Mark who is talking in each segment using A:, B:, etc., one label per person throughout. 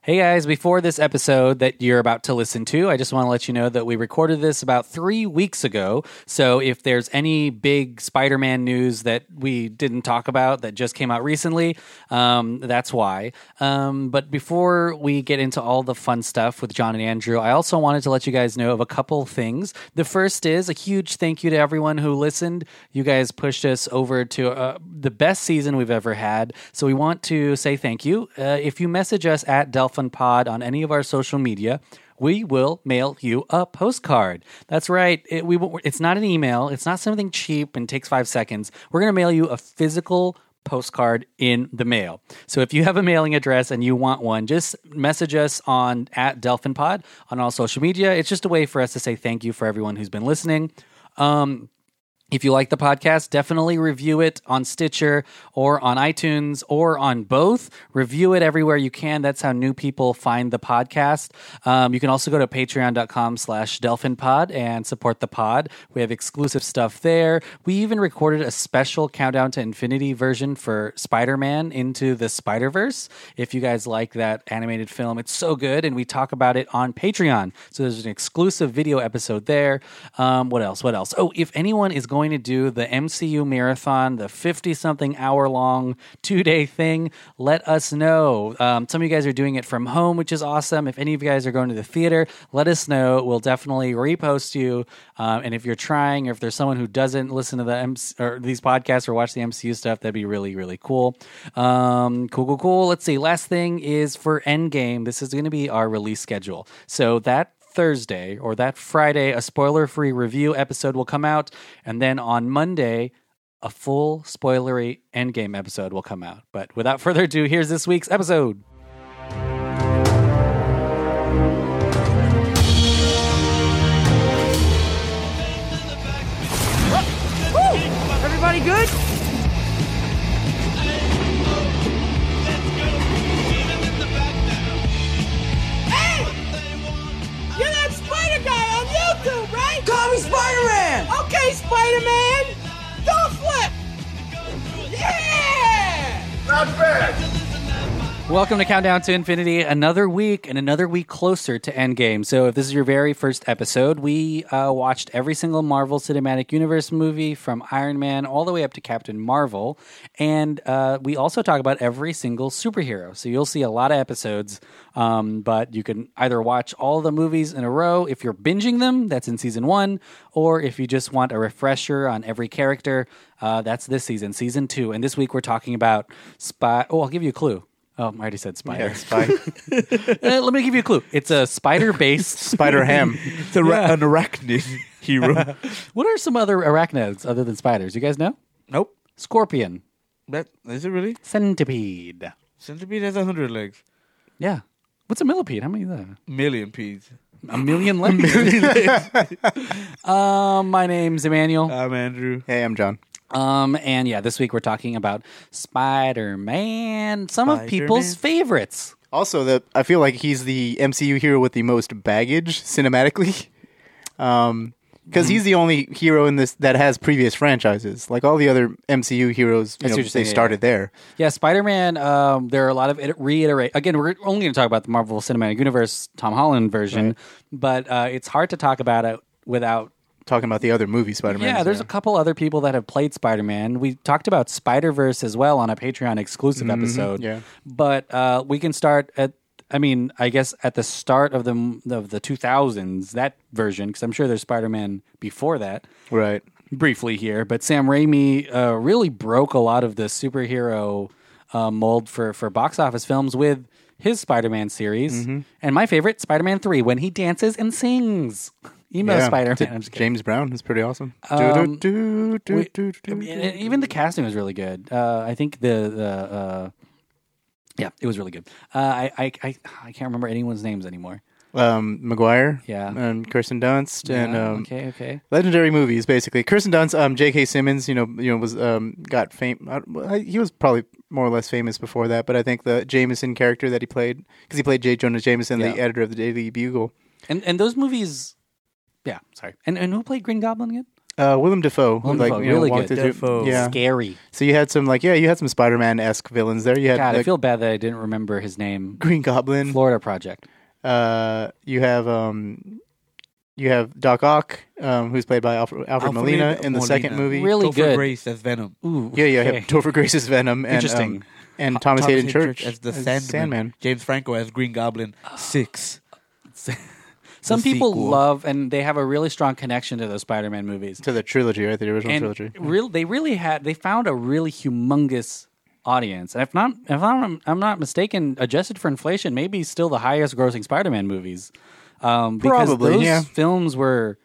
A: Hey guys, before this episode that you're about to listen to, I just want to let you know that we recorded this about three weeks ago. So if there's any big Spider Man news that we didn't talk about that just came out recently, um, that's why. Um, but before we get into all the fun stuff with John and Andrew, I also wanted to let you guys know of a couple things. The first is a huge thank you to everyone who listened. You guys pushed us over to uh, the best season we've ever had. So we want to say thank you. Uh, if you message us at Delphin Pod on any of our social media, we will mail you a postcard. That's right. It, we, won't- it's not an email. It's not something cheap and takes five seconds. We're going to mail you a physical postcard in the mail. So if you have a mailing address and you want one, just message us on at Delphin Pod on all social media. It's just a way for us to say thank you for everyone who's been listening. Um, if you like the podcast, definitely review it on Stitcher or on iTunes or on both. Review it everywhere you can. That's how new people find the podcast. Um, you can also go to patreon.com slash delphinpod and support the pod. We have exclusive stuff there. We even recorded a special Countdown to Infinity version for Spider-Man into the Spider-Verse. If you guys like that animated film, it's so good. And we talk about it on Patreon. So there's an exclusive video episode there. Um, what else? What else? Oh, if anyone is going to do the MCU marathon, the 50 something hour long two day thing, let us know. Um, some of you guys are doing it from home, which is awesome. If any of you guys are going to the theater, let us know. We'll definitely repost you. Um, and if you're trying, or if there's someone who doesn't listen to the MC- or these podcasts or watch the MCU stuff, that'd be really, really cool. Um, cool, cool, cool. Let's see. Last thing is for Endgame. This is going to be our release schedule. So that Thursday or that Friday, a spoiler free review episode will come out. And then on Monday, a full spoilery endgame episode will come out. But without further ado, here's this week's episode.
B: Everybody good?
C: Hey! You're that Spider guy on YouTube, right? Call me Spider Man! Okay, Spider Man! Do a flip! Yeah!
A: Welcome to Countdown to Infinity, another week and another week closer to Endgame. So, if this is your very first episode, we uh, watched every single Marvel Cinematic Universe movie from Iron Man all the way up to Captain Marvel. And uh, we also talk about every single superhero. So, you'll see a lot of episodes, um, but you can either watch all the movies in a row if you're binging them, that's in season one, or if you just want a refresher on every character, uh, that's this season, season two. And this week we're talking about Spy. Oh, I'll give you a clue. Oh, I already said spider. Uh, let me give you a clue. It's a spider based.
D: Spider ham. It's a ra- an arachnid hero.
A: what are some other arachnids other than spiders? You guys know?
D: nope.
A: Scorpion,
D: That is it really?
A: centipede.
D: Centipede has a hundred legs.
A: Yeah. What's a millipede? How many is that?
D: Million peas.
A: A million legs. um, my name's Emmanuel.
D: I'm Andrew.
E: Hey, I'm John.
A: Um, and yeah, this week we're talking about Spider Man, some of
D: Spider-Man.
A: people's favorites.
E: Also, the I feel like he's the MCU hero with the most baggage cinematically, because
A: Mm-hmm.
E: he's the only hero in this that has previous franchises. Like all the other MCU heroes,
A: That's
E: you know,
A: what you're saying,
E: they
A: yeah,
E: started there.
A: Yeah, Spider Man. Um, there are a lot of it- reiterate. Again, we're only going to talk about the Marvel Cinematic Universe Tom Holland version, but uh, it's hard to talk about it without.
E: Talking about the other movie Spider-Man.
A: Yeah, there's a couple other people that have played Spider Man. We talked about Spider Verse as well on a Patreon exclusive episode.
E: yeah.
A: but uh, we can start at. I mean, I guess at the start of the of the 2000s, that version, because I'm sure there's Spider Man before that
E: right.
A: briefly here, but Sam Raimi uh, really broke a lot of the superhero uh, mold for for box office films with his Spider-Man series,
E: Mm-hmm.
A: and my favorite, Spider-Man Three, when he dances and sings. Emo
E: Yeah.
A: Spider-Man.
E: J-
A: I'm just kidding.
E: James Brown is pretty awesome.
A: Um,
E: Do, do, do, do, do,
A: I mean,
E: do.
A: and even the casting was really good. Uh, I think the the uh, yeah, it was really good. Uh, I, I I I can't remember anyone's names anymore.
E: Um, McGuire,
A: Yeah.
E: and Kirsten Dunst, and
A: Yeah,
E: um,
A: okay, okay.
E: legendary movies basically kirsten dunst um j.k simmons you know you know was um got fame I, I- he was probably more or less famous before that but i think the jameson character that he played because he played j jonah jameson
A: Yeah.
E: the editor of the daily bugle
A: And and those movies, yeah. Sorry. And and who played Green Goblin again?
E: uh, Willem Dafoe, who,
A: Willem
E: like
A: Dafoe,
E: you know,
A: really
E: walked
A: good.
E: us through-
D: Dafoe.
E: Yeah.
A: Scary.
E: So you had some like yeah, you had some Spider Man esque villains there. You had
A: God, I
E: like,
A: feel bad that I didn't remember his name.
E: Green Goblin.
A: Florida Project.
E: Uh, you have um, you have Doc Ock, um, who's played by Alfred, Alfred,
D: Alfred
E: Molina in the
D: Molina.
E: second movie.
A: Really
D: Topher
A: good.
D: Grace as Venom.
A: Ooh,
E: Yeah, yeah. You
A: okay.
E: have Topher Grace's Venom and
A: Interesting.
E: um, and Thomas, Hayden Church,
D: as the Sandman. James Franco as Green Goblin. Six.
A: Some
D: the
A: people
D: sequel.
A: love, and they have a really strong connection to those Spider-Man movies.
E: to the trilogy, right? The original
A: and
E: trilogy.
A: real, they really had they found a really humongous audience. And if not, if I'm, I'm not mistaken, adjusted for inflation, maybe still the highest grossing Spider-Man movies. Um, because
E: Probably,
A: those
E: yeah.
A: films were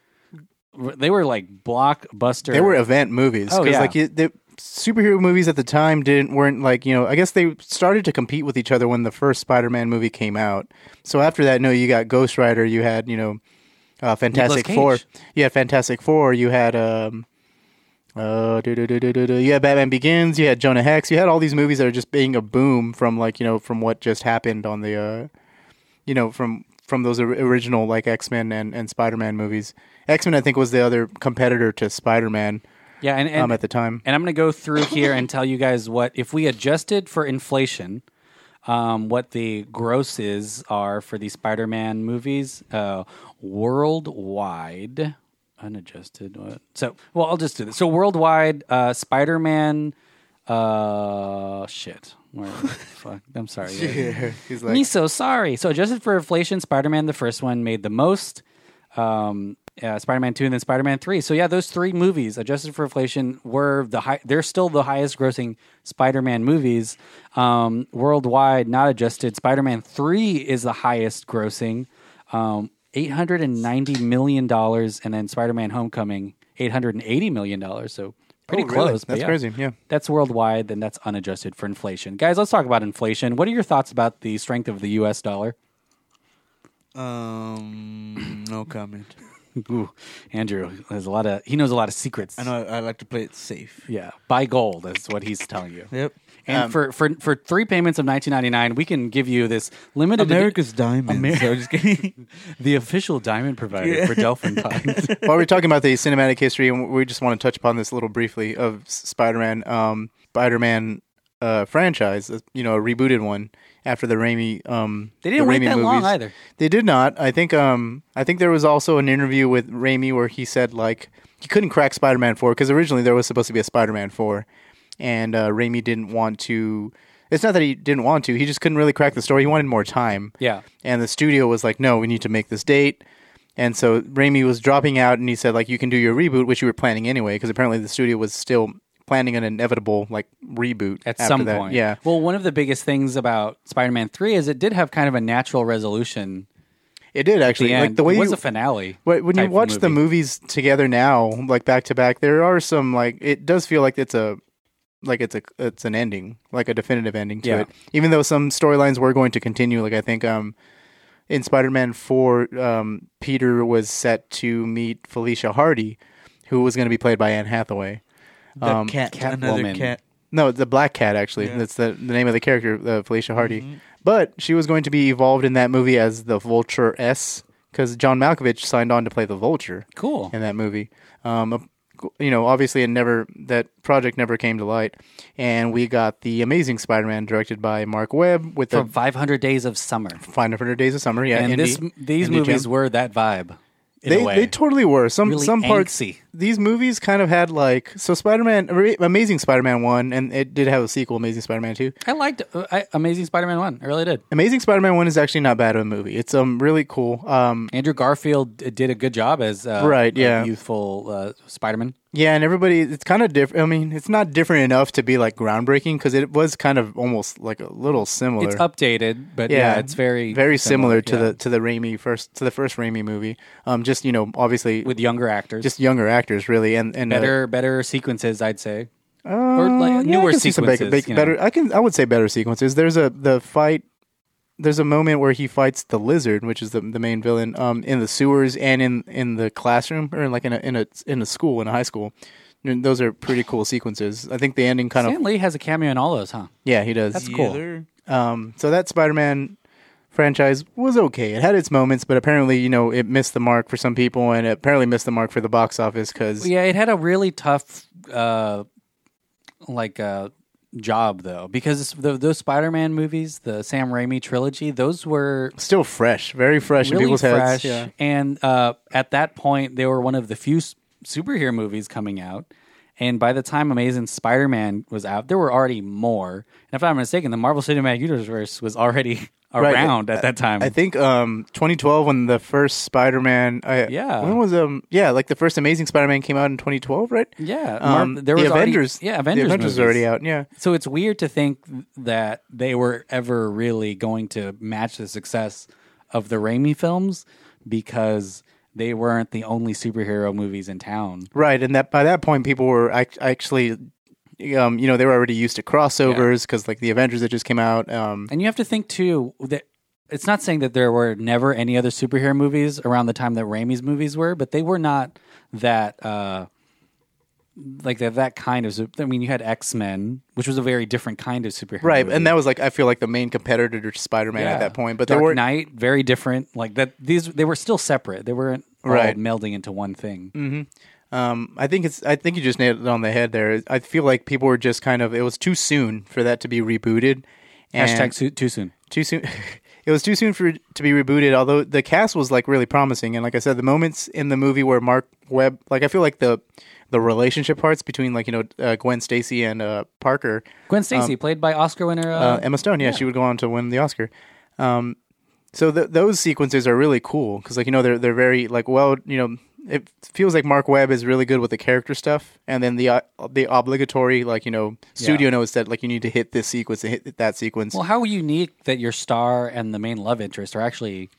A: they were like blockbuster.
E: They were event movies
A: Oh,
E: because
A: yeah.
E: like you, the superhero movies at the time didn't weren't like you know I guess they started to compete with each other when the first Spider Man movie came out. So after that, no, you got Ghost Rider, you had you know uh, Fantastic
A: Cage.
E: Four, you had Fantastic Four, you had um. Uh, do, do, do, do, do, do. You had Batman Begins. You had Jonah Hex. You had all these movies that are just being a boom from like you know from what just happened on the uh, you know from from those or- original like X Men and, and Spider Man movies. X Men I think was the other competitor to Spider Man
A: yeah, and, and
E: um, at the time.
A: And I'm going to go through here and tell you guys what, if we adjusted for inflation, um, what the grosses are for the Spider Man movies uh, worldwide. Unadjusted. What? So, well, I'll just do this. So, worldwide, uh, Spider Man. Uh, shit. Where the fuck? I'm sorry. guys.
E: He's
A: Me so sorry. So adjusted for inflation, Spider-Man the first one made the most. Um, uh, Spider-Man two and then Spider-Man three. So yeah, those three movies adjusted for inflation were the high. They're still the highest grossing Spider-Man movies um, worldwide, not adjusted. Spider-Man three is the highest grossing, um, eight hundred and ninety million dollars, and then Spider-Man Homecoming eight hundred and eighty million dollars. So pretty
E: Oh, really?
A: close. but
E: That's crazy, yeah.
A: that's worldwide, then that's unadjusted for inflation. Guys, let's talk about inflation. What are your thoughts about the strength of the US dollar?
D: Um, no comment.
A: Ooh, Andrew has a lot of he knows a lot of secrets.
D: I know I like to play it safe.
A: Yeah. Buy gold is what he's telling you.
D: Yep.
E: Um,
A: And for, for for three payments of nineteen ninety nine, we can give you this limited
D: America's diamonds.
A: Amer-
D: I'm just kidding.
A: the official diamond provider
D: Yeah.
A: for Delphin Pines.
E: While we're talking about the cinematic history, and we just want to touch upon this a little briefly of Spider Man, um, Spider Man uh, franchise, uh, you know, a rebooted one after the Raimi. Um,
A: They didn't
E: the
A: wait
E: Raimi
A: that long
E: movies.
A: either.
E: They did not. I think. Um, I think there was also an interview with Raimi where he said like he couldn't crack Spider Man four because originally there was supposed to be a Spider Man four, and uh, Raimi didn't want to. It's not that he didn't want to. He just couldn't really crack the story. He wanted more time.
A: Yeah.
E: And the studio was like, no, we need to make this date. And so Raimi was dropping out and he said, like, you can do your reboot, which you were planning anyway, because apparently the studio was still planning an inevitable, like, reboot
A: at
E: after
A: some
E: that.
A: point.
E: Yeah.
A: Well, one of the biggest things about Spider-Man 3 is it did have kind of a natural resolution.
E: It did
A: at The
E: actually.
A: end.
E: like, the way
A: it was
E: you,
A: a finale.
E: Wh- when you
A: type of
E: watch the
A: movie.
E: movies together now, like back to back, there are some like it does feel like it's a like it's a it's an ending, like a definitive ending to
A: Yeah.
E: it. Even though some storylines were going to continue, like I think um in Spider-Man 4, um Peter was set to meet Felicia Hardy, who was going to be played by Anne Hathaway.
D: The
E: Um,
D: cat,
A: Catwoman.
D: another cat.
E: No, the Black Cat actually.
D: Yeah.
E: That's the, the name of the character, uh, Felicia Hardy.
A: Mm-hmm.
E: But she was going to be evolved in that movie as the Vulture S because John Malkovich signed on to play the Vulture
A: Cool.
E: in that movie. Um, you know, obviously, it never that project never came to light, and we got the Amazing Spider-Man directed by Mark Webb with
A: From
E: the
A: 500 Days of Summer.
E: Five Hundred Days of Summer. Yeah,
A: and
E: indie-
A: this, these
E: indie
A: movies
E: gem.
A: were that vibe. In
E: They,
A: a way.
E: they totally were some
A: Really
E: some parts
A: angsty.
E: these movies kind of had like so Spider-Man Ra- Amazing Spider-Man 1 and it did have a sequel Amazing Spider-Man 2
A: I liked uh, I, Amazing Spider-Man One. I really did.
E: Amazing Spider-Man One is actually not bad of a movie. It's um really cool. Um
A: Andrew Garfield d- did a good job as uh,
E: Right,
A: a
E: yeah.
A: youthful uh, Spider-Man.
E: yeah, and everybody it's kind of different. I mean, it's not different enough to be like groundbreaking because it was kind of almost like a little similar.
A: It's updated, but yeah, it's very
E: very similar, to
A: yeah.
E: the to the Raimi first to the first Raimi movie. Um, just you know obviously
A: with younger actors,
E: just younger actors really and and uh,
A: better better sequences, I'd say,
E: uh,
A: or like
E: yeah, I
A: newer
E: can see some ba-
A: sequences.
E: ba-
A: you know.
E: better I can I would say better sequences. There's a the fight. There's a moment where he fights the lizard, which is the the main villain, um, in the sewers and in in the classroom or in like in a in a in a school in a high school. And those are pretty cool sequences. I think the ending kind
A: Stan
E: of
A: Lee has a cameo in all those, huh?
E: yeah he does.
A: That's cool.
D: Either.
E: Um, so that's Spider Man franchise was okay. It had its moments, but apparently, you know, it missed the mark for some people, and it apparently missed the mark for the box office because
A: Yeah, it had a really tough, uh, like, uh, job though, because the, those Spider-Man movies, the Sam Raimi trilogy, those were
E: still fresh, very fresh in
A: really
E: people's
A: fresh.
E: heads. Yeah.
A: And uh, at that point, they were one of the few s- superhero movies coming out. And by the time Amazing Spider-Man was out, there were already more. And if I'm not mistaken, the Marvel Cinematic Universe was already
E: Right.
A: around at that time.
E: I think um 2012 when the first Spider-Man I,
A: Yeah.
E: when was um yeah like the first Amazing Spider-Man came out in 2012 right
A: Yeah, Mar-
E: um,
A: there
E: the
A: was already-
E: Avengers
A: yeah, Avengers
E: the Avengers was
A: movies.
E: already out yeah
A: so it's weird to think that they were ever really going to match the success of the Raimi films because they weren't the only superhero movies in town.
E: Right, and that by that point, people were act- actually, um, you know, they were already used to crossovers because like the Avengers that just came out. Um,
A: And you have to think too that it's not saying that there were never any other superhero movies around the time that Raimi's movies were, but they were not that uh like that that kind of. su- I mean, you had X Men, which was a very different kind of superhero.
E: right,
A: movie.
E: and that was like I feel like the main competitor to Spider Man
A: Yeah.
E: at that point, but
A: Dark
E: there were
A: Knight, very different. Like that, these they were still separate. They weren't all
E: Right. Mm-hmm.
A: melding into one thing.
E: Um, I think it's. I think you just nailed it on the head there. I feel like people were just kind of. It was too soon for that to be rebooted. And
A: Hashtag su- too soon.
E: too soon. it was too soon for it to be rebooted. Although the cast was like really promising, and like I said, the moments in the movie where Mark Webb, like I feel like the the relationship parts between like you know uh, Gwen Stacy and uh, Parker,
A: Gwen Stacy, played by Oscar winner uh,
E: uh, Emma Stone. Yeah, she would go on to win the Oscar. Um, so th- those sequences are really cool because, like you know, they're they're very like well, you know, it feels like Mark Webb is really good with the character stuff, and then the uh, the obligatory like you know studio notes that like you need to hit this sequence and hit that sequence.
A: Well, how unique that your star and the main love interest are actually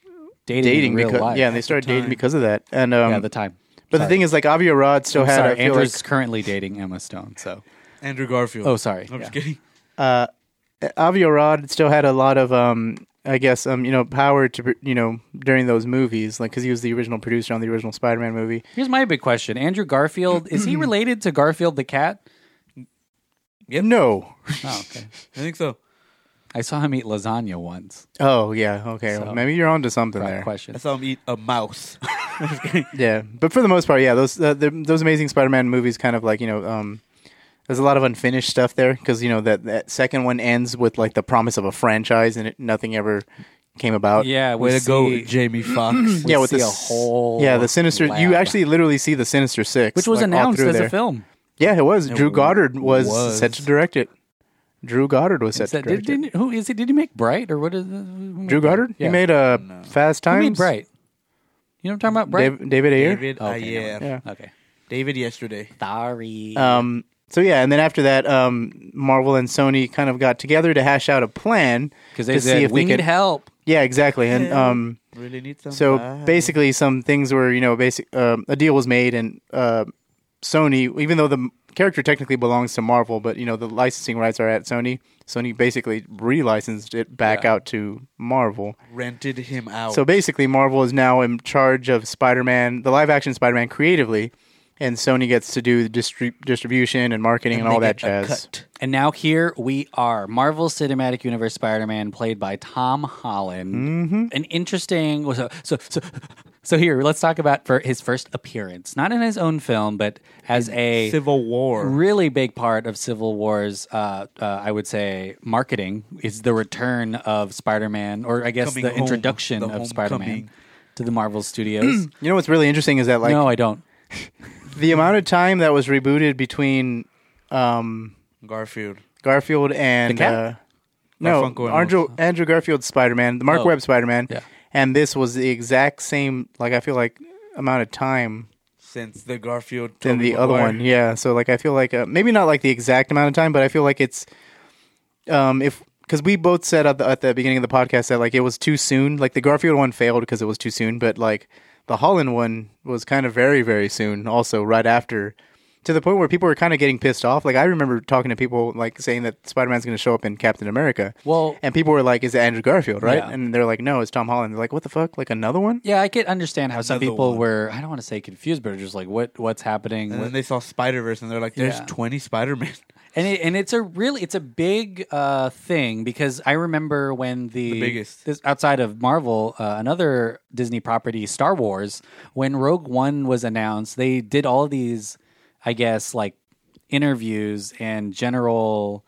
A: dating,
E: dating
A: in real
E: because
A: life.
E: yeah, and they started dating because of that. And um,
A: yeah, the time.
E: but the thing is, like Avi Arad still had. I
A: sorry,
E: feel like-
A: Andrew's currently dating Emma Stone. So,
D: Andrew Garfield.
A: oh, sorry.
D: I'm
A: Yeah.
D: just kidding.
E: Avi Arad still had a lot of, um, I guess, um, you know, power to, pr- you know, during those movies, like because he was the original producer on the original Spider-Man movie.
A: Here's my big question: Andrew Garfield is he related to Garfield the cat?
E: No.
A: Oh, okay.
D: I think so.
A: I saw him eat lasagna once.
E: Oh yeah. Okay. well, maybe you're onto something
A: Right
E: there.
A: question.
D: I saw him eat a mouse.
E: Yeah. But for the most part, yeah, those uh, the, those amazing Spider-Man movies kind of like you know. um there's a lot of unfinished stuff there because you know that, that second one ends with like the promise of a franchise and it, nothing ever came about.
A: Yeah, we
D: Way to go,
A: see-
D: Jamie Fox.
E: yeah, with
A: see
E: the
A: a
E: s-
A: whole
E: yeah the sinister. You
A: lab.
E: actually literally see the sinister six,
A: which was
E: like, all
A: announced
E: through
A: as
E: there.
A: a film.
E: Yeah, it was. Drew Goddard was,
D: was.
E: set to direct it. Drew Goddard was set
A: Is that,
E: to
A: did,
E: direct it.
A: did, who is he? Did he make Bright or what is? Drew
E: Drew Goddard?
A: Yeah.
E: He made uh, Fast
A: Who
E: Times.
A: made Bright? You know what I'm talking about? Bright.
E: Dav- David Ayer.
D: David,
A: Oh,
D: uh,
A: okay,
D: yeah.
E: Yeah.
A: Okay.
D: David yesterday.
A: Sorry.
E: Um, so yeah, and then after that, um, Marvel and Sony kind of got together to hash out a plan
A: Because they
E: to
A: said
E: see if
A: we
E: they
A: need
E: could.
A: help.
E: yeah, exactly. And um,
D: Really need some.
E: so basically, some things were you know basic. Um, a deal was made, and uh, Sony, even though the m- character technically belongs to Marvel, but you know the licensing rights are at Sony. Sony basically relicensed it back out to Marvel.
D: rented him out.
E: So basically, Marvel is now in charge of Spider-Man, the live-action Spider-Man, creatively, and Sony gets to do the distri- distribution and marketing and, all
D: They
E: that
D: get a
E: jazz.
D: cut.
A: And now here we are, Marvel Cinematic Universe Spider-Man, played by Tom Holland. Mm-hmm. An interesting. So, so, so, so here let's talk about for his first appearance, not in his own film, but as a
D: Civil War.
A: really big part of Civil War's, uh, uh, I would say, marketing is the return of Spider-Man, or I guess
D: Coming
A: the
D: home,
A: introduction
D: the
A: of
D: homecoming.
A: Spider-Man to the Marvel Studios.
E: You know what's really interesting is that like
A: no, I don't.
E: the amount of time that was rebooted between um,
D: Garfield.
E: Garfield and
A: cat?
E: uh, no
D: Garfunkel and
E: Andrew,
D: Rose.
E: Andrew Garfield's Spider-Man, the Mark
A: Oh.
E: Webb Spider-Man,
A: Yeah.
E: and this was the exact same. Like I feel like amount of time
D: Since the Garfield.
E: than
D: Tobey
E: the other
D: Maguire.
E: one. Yeah. So like I feel like uh, maybe not like the exact amount of time, but I feel like it's um if because we both said at the, at the beginning of the podcast that like it was too soon. Like the Garfield one failed because it was too soon, but like the Holland one was kind of very very soon. Also right after. To the point where people were kind of getting pissed off. Like I remember talking to people, like saying that Spider Man's going to show up in Captain America.
A: Well-
E: and people were like, "Is it Andrew Garfield?" Right?
A: Yeah.
E: And they're like, "No, it's Tom Holland." They're like, "What the fuck? Like another one?"
A: Yeah, I could understand how some
D: Another
A: people
D: one. Uh,
A: were. I don't want to say confused, but are just like, what, what's happening?
D: And
A: What-
D: then they saw Spider Verse, and they're like, "There's
A: Yeah.
D: 20 Spider Man."
A: and it, and it's a really it's a big uh, thing because I remember when the,
D: The biggest.
A: this, outside of Marvel, uh, another Disney property, Star Wars, when Rogue One was announced, they did all these, I guess, like interviews and general.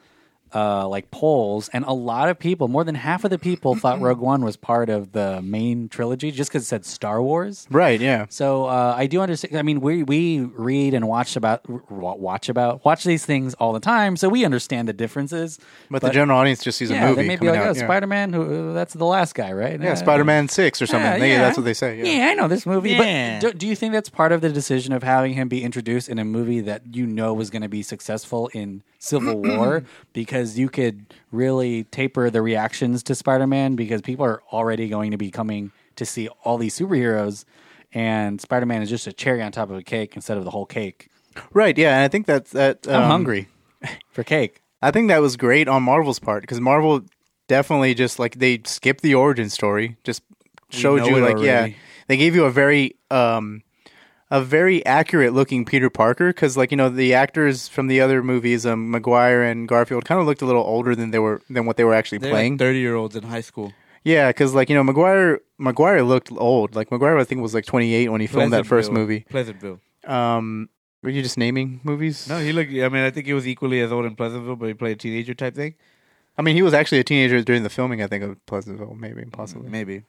A: Uh, like polls, and a lot of people, more than half of the people, thought Rogue One was part of the main trilogy just because it said Star Wars.
E: Right, yeah.
A: So uh, I do understand. I mean, we we read and watch about r- watch about watch these things all the time, so we understand the differences.
E: But, the general audience just sees a
A: yeah,
E: movie
A: they may be
E: coming
A: like,
E: out.
A: "Oh,
E: yeah.
A: Spider Man, who that's the last guy, right?"
E: yeah, Spider Man Six or something. Yeah, that's what they say. Yeah.
A: I know this movie.
D: Yeah.
A: But do, do you think that's part of the decision of having him be introduced in a movie that you know was going to be successful in Civil War because you could really taper the reactions to Spider Man because people are already going to be coming to see all these superheroes and Spider Man is just a cherry on top of a cake instead of the whole cake.
E: Right, yeah, and I think that's that.
A: I'm
E: um,
A: hungry for cake.
E: I think that was great on Marvel's part because Marvel definitely just like they skipped the origin story, just showed
D: know
E: you
D: it
E: like yeah,
D: already.
E: they gave you a very um a very accurate looking Peter Parker because like you know the actors from the other movies, um McGuire and Garfield, kind of looked a little older than they were than what they were actually
D: They're
E: playing.
D: like 30 year olds in high school.
E: yeah, because like you know McGuire McGuire looked old. Like McGuire, I think was like 28 when he filmed that first
D: Pleasantville.
E: movie.
D: Pleasantville.
E: Um, were you just naming movies?
D: No, he looked, I mean, I think he was equally as old in Pleasantville, but he played a teenager type thing.
E: I mean he was actually a teenager during the filming. I think of Pleasantville, maybe possibly.
D: Mm, Maybe.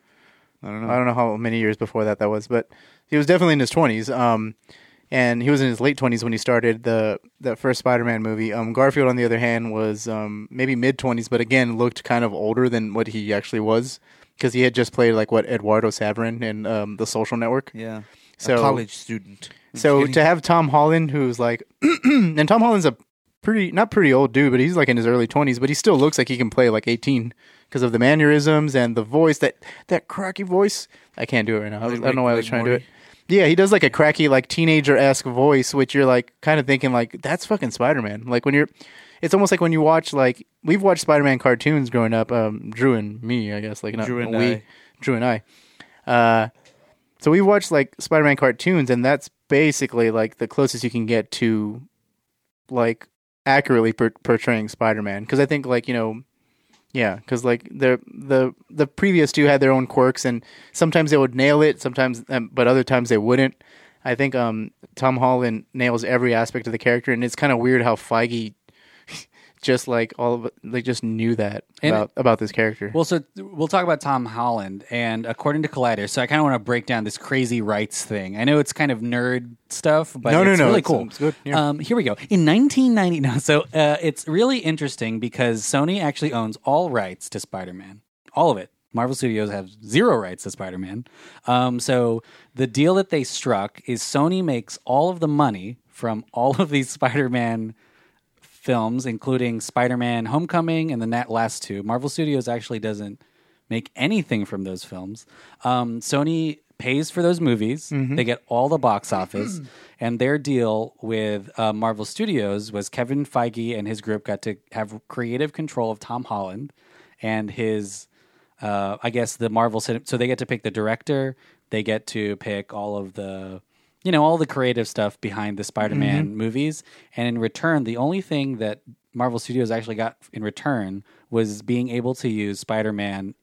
D: I don't know.
E: I don't know how many years before that that was, but he was definitely in his twenties. Um, and he was in his late twenties when he started the that first Spider-Man movie. Um, Garfield, on the other hand, was um, maybe mid twenties, but again looked kind of older than what he actually was because he had just played like what Eduardo Saverin in um, The Social Network.
D: Yeah.
E: So-
D: a college student.
E: so
D: kidding.
E: to have Tom Holland, who's like, and Tom Holland's a pretty not pretty old dude, but he's like in his early twenties, but he still looks like he can play like eighteen because of the mannerisms and the voice that that cracky voice. I can't do it right now. I, was- I don't know why I was
D: like
E: trying to do
D: Morty?
E: it. Yeah, he does like a cracky, like teenager esque voice, which you're like kind of thinking like that's fucking Spider Man. Like when you're, it's almost like when you watch like we've watched Spider Man cartoons growing up. Um, Drew and me, I guess, like not
D: Drew and
E: we,
D: I.
E: Drew and I. Uh, so we watched like Spider-Man cartoons, and that's basically like the closest you can get to like accurately per- portraying Spider-Man. Because I think like you know, yeah, because like the the the previous two had their own quirks, and sometimes they would nail it, sometimes, um, but other times they wouldn't. I think um, Tom Holland nails every aspect of the character, and it's kind of weird how Feige just like all of like just knew that
A: And-
E: about about this character.
A: Well, so th- we'll talk about Tom Holland, and according to Collider, so I kind of want to break down this crazy rights thing. I know it's kind of nerd stuff, but
E: No, no,
A: it's
E: no,
A: really
E: it's-
A: cool.
E: it's good, yeah.
A: Um, here we go. In 1990, no, so uh, it's really interesting because Sony actually owns all rights to Spider-Man, all of it. Marvel Studios have zero rights to Spider-Man. Um, so the deal that they struck is Sony makes all of the money from all of these Spider-Man films, including Spider Man Homecoming and the na- last two. Marvel Studios actually doesn't make anything from those films. Um, Sony pays for those movies, they get all the box office. and their deal with uh, Marvel Studios was Kevin Feige and his group got to have creative control of Tom Holland and his. Uh, I guess the Marvel cin- so they get to pick the director, they get to pick all of the you know, all the creative stuff behind the Spider Man
E: Mm-hmm.
A: movies. And in return, the only thing that Marvel Studios actually got in return was being able to use Spider Man,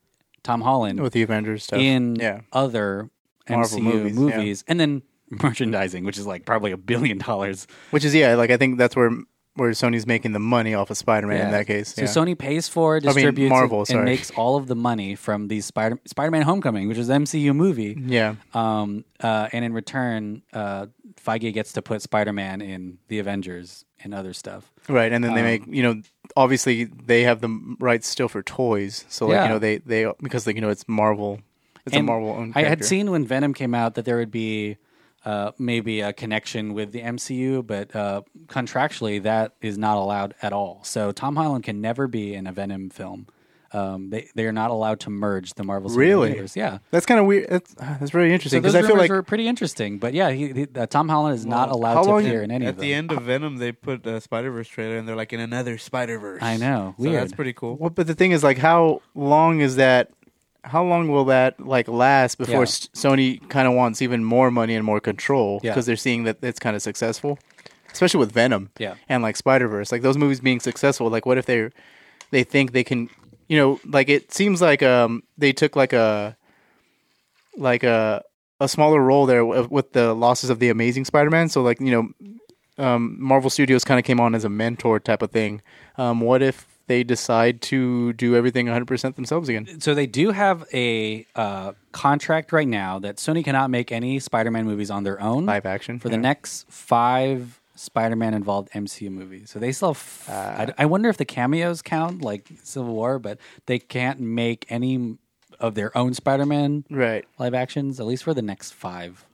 A: Tom Holland,
E: with the Avengers stuff,
A: in
E: yeah,
A: other
E: Marvel
A: MCU movies,
E: movies, yeah.
A: and then merchandising, which is like probably a billion dollars.
E: Which is yeah, like I think that's where where Sony's making the money off of Spider Man in that case.
A: So
E: yeah.
A: Sony pays for,
E: mean,
A: distributes, and-
E: Marvel,
A: and
E: sorry.
A: makes all of the money from these Spider Spider Man Homecoming, which is an MCU movie.
E: yeah,
A: Um, uh, and in return, uh, Feige gets to put Spider Man in the Avengers and other stuff.
E: right. And then
A: um,
E: they make you know obviously they have the rights still for toys, so like
A: Yeah.
E: you know they they because like you know it's Marvel, it's
A: And
E: a Marvel owned.
A: I had seen when Venom came out that there would be uh, maybe a connection with the MCU, but uh, contractually that is not allowed at all. So Tom Holland can never be in a Venom film. Um, they they are not allowed to merge the Marvel Cinematic
E: Really?
A: Universe. Yeah.
E: That's kind of weird. That's, uh, that's really
A: So
E: interesting
A: those
E: because I feel
A: rumors
E: like
A: were pretty interesting, but yeah, he, he, uh, Tom Holland is not allowed
E: how
A: to
E: long-
A: appear in any
D: At
A: of them.
D: the end of Venom, they put a Spider Verse trailer, and they're like in another Spider Verse.
A: I know.
D: So that's
A: Weird.
D: pretty cool.
E: Well, but the thing is, like, how long is that? How long will that like last before
A: Yeah.
E: S- Sony kind of wants even more money and more control
A: Yeah.
E: because they're seeing that it's kind of successful? especially with Venom,
A: Yeah.
E: and like Spider Verse, like those movies being successful. Like, what if they they think they can, you know, like it seems like um they took like a like a a smaller role there w- with the losses of the Amazing Spider Man. So like you know, um, Marvel Studios kind of came on as a mentor type of thing. Um, what if they decide to do everything 100% themselves again?
A: so they do have a uh, contract right now that Sony cannot make any Spider-Man movies on their own.
E: Live action,
A: for the
E: yeah.
A: next five Spider-Man involved MCU movies. So they still. Have,
E: Uh,
A: I, I wonder if the cameos count like Civil War, but they can't make any of their own Spider-Man
E: Right.
A: live actions at least for the next five.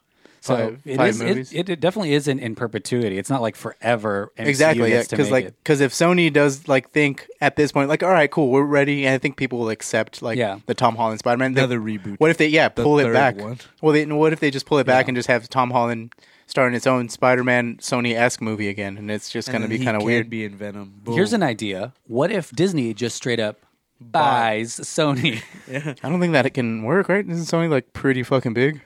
A: So
E: Five-
A: it
E: five
A: is- it-
E: movies?
A: It, it definitely isn't in perpetuity. It's not like forever. MCU
E: exactly yeah
A: gets to
E: because
A: make
E: like
A: it.
E: because if sony does like think at this point like all right cool we're ready and i think people will accept like
A: Yeah.
E: the tom holland spider-man They-
D: Another reboot.
E: what if they yeah pull it
D: third
E: back
D: one.
E: well they, what if they just pull it back and just have tom holland starring its own spider-man sony-esque movie again and it's just going to be kind of weird
D: Be in Venom.
A: Here's an idea. What if Disney just straight up buys Sony?
E: i don't think that it can work right isn't sony like pretty fucking big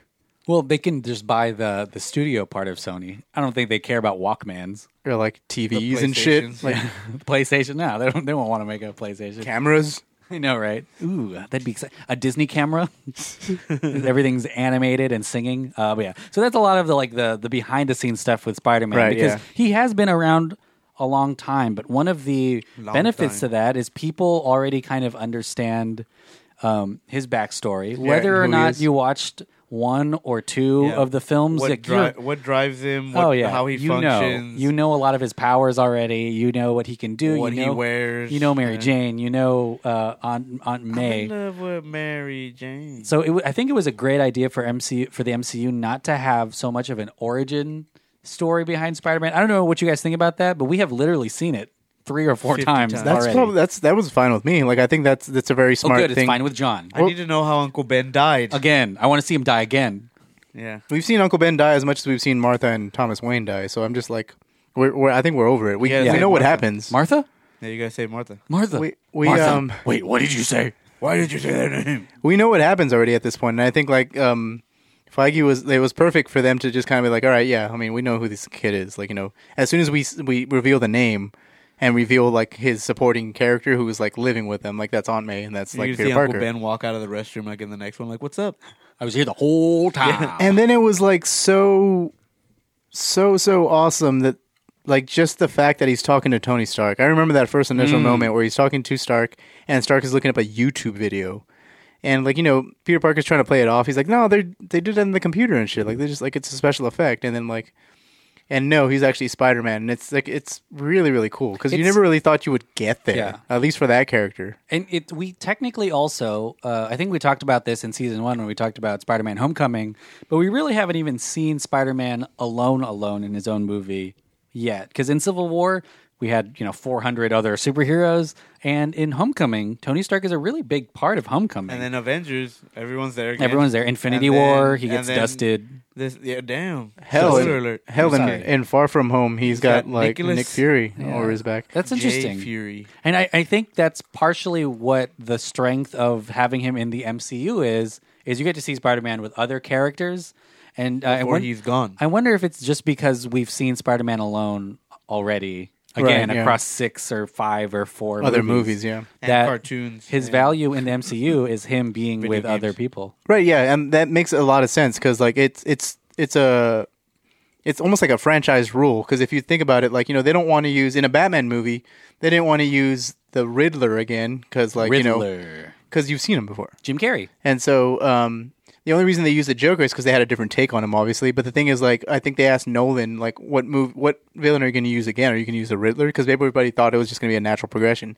A: well, they can just buy the the studio part of Sony. I don't think they care about Walkmans,
E: or like tvs and shit
D: PlayStations.
E: like
A: PlayStation. No, they don't. They won't want to make a PlayStation.
E: cameras
A: I know, right? Ooh, that'd be exciting. A Disney camera. Everything's animated and singing. Uh, but yeah, so that's a lot of the like the the behind the scenes stuff with Spider Man
E: Right,
A: because
E: yeah.
A: he has been around a long time. But one of the
D: Long
A: benefits
D: time.
A: to that is people already kind of understand um, his backstory, whether or
E: who he
A: not
E: is.
A: you watched one or two
D: Yeah.
A: of the films
D: what,
A: that
D: dri-
A: you're-
D: what drives him? What,
A: oh yeah,
D: how he
A: you
D: functions.
A: Know, you know a lot of his powers already. You know what he can do.
D: What
A: you
D: he
A: know,
D: wears,
A: You know Mary
D: yeah.
A: Jane. You know uh, Aunt Aunt May.
D: I'm in love with Mary Jane.
A: So it, w- I think it was a great idea for MCU for the MCU not to have so much of an origin story behind Spider-Man. I don't know what you guys think about that, but we have literally seen it three or four
D: 50
A: times
D: times.
E: that's
A: already.
E: probably that's that was fine with me like i think that's that's a very
A: oh,
E: smart
A: good.
E: thing
A: It's fine with John
D: I need to know how Uncle Ben died.
A: again. I want to see him die again.
D: Yeah.
E: We've seen Uncle Ben die as much as we've seen Martha and Thomas Wayne die. So I'm just like, we're, we're I think we're over it. We,
D: Yeah,
E: we
D: yeah.
E: know what
D: Martha.
E: happens.
A: Martha,
D: Yeah, you gotta say Martha.
A: Martha,
E: We- we,
A: Martha.
E: um,
A: wait. What did you say?
D: Why did you say that name?
E: we know what happens already at this point, and I think like um, Feige was it was perfect for them to just kind of be like, all right, yeah. I mean, we know who this kid is. Like you know, as soon as we s- we reveal the name and reveal like his supporting character who was like living with them, like that's Aunt May and that's
D: You
E: like
D: can see
E: Peter
D: Uncle
E: Parker.
D: Ben walk out of the restroom like in the next one, like, what's up?
A: I was here the whole time.
E: and then it was like so so so awesome that like just the fact that he's talking to Tony Stark. I remember that first initial moment where he's talking to Stark and Stark is looking up a YouTube video. And like, you know, Peter Parker's trying to play it off. He's like, "No, they they did it on the computer and shit. Like they just like it's a special effect." And then like and no, he's actually Spider-Man and it's like it's really really cool cuz you
A: It's-
E: never really thought you would get there.
A: Yeah.
E: At least for that character.
A: And it we technically also uh, I think we talked about this in season one when we talked about Spider Man Homecoming, but we really haven't even seen Spider Man alone alone in his own movie yet. Because in Civil War we had you know 400 other superheroes, and in Homecoming Tony Stark is a really big part of Homecoming.
D: And then Avengers, everyone's there. Again.
A: Everyone's there. Infinity
D: And
A: War,
D: then-
A: he
D: and
A: gets
D: then
A: dusted.
D: This, yeah, damn.
E: Hell,
D: Spoiler
E: in,
D: alert.
E: hell in,
A: Sorry.
E: in Far From Home, he's got,
D: got
E: like
D: Nicholas-
E: Nick Fury over his back.
A: That's
D: Jay
A: interesting.
D: Fury.
A: And I, I think that's partially what the strength of having him in the MCU is, is you get to see Spider-Man with other characters. And uh, I
D: Before
A: won-
D: he's gone.
A: I wonder if it's just because we've seen Spider-Man alone already, again,
E: Right, yeah.
A: across six or five or four
E: Other
A: movies.
E: movies yeah.
D: And
A: that
D: cartoons.
A: His
D: and-
A: value in the MCU is him being with
D: games.
A: other people.
E: Right, yeah, and that makes a lot of sense because like it's it's it's a it's almost like a franchise rule because if you think about it, like you know they don't want to use in a Batman movie they didn't want to use the Riddler again because like you know because you've seen him before,
A: Jim Carrey.
E: and so um, the only reason they used the Joker is because they had a different take on him, obviously. But the thing is, like I think they asked Nolan like what move what villain are you going to use again? Are you going to use the Riddler? Because everybody thought it was just going to be a natural progression,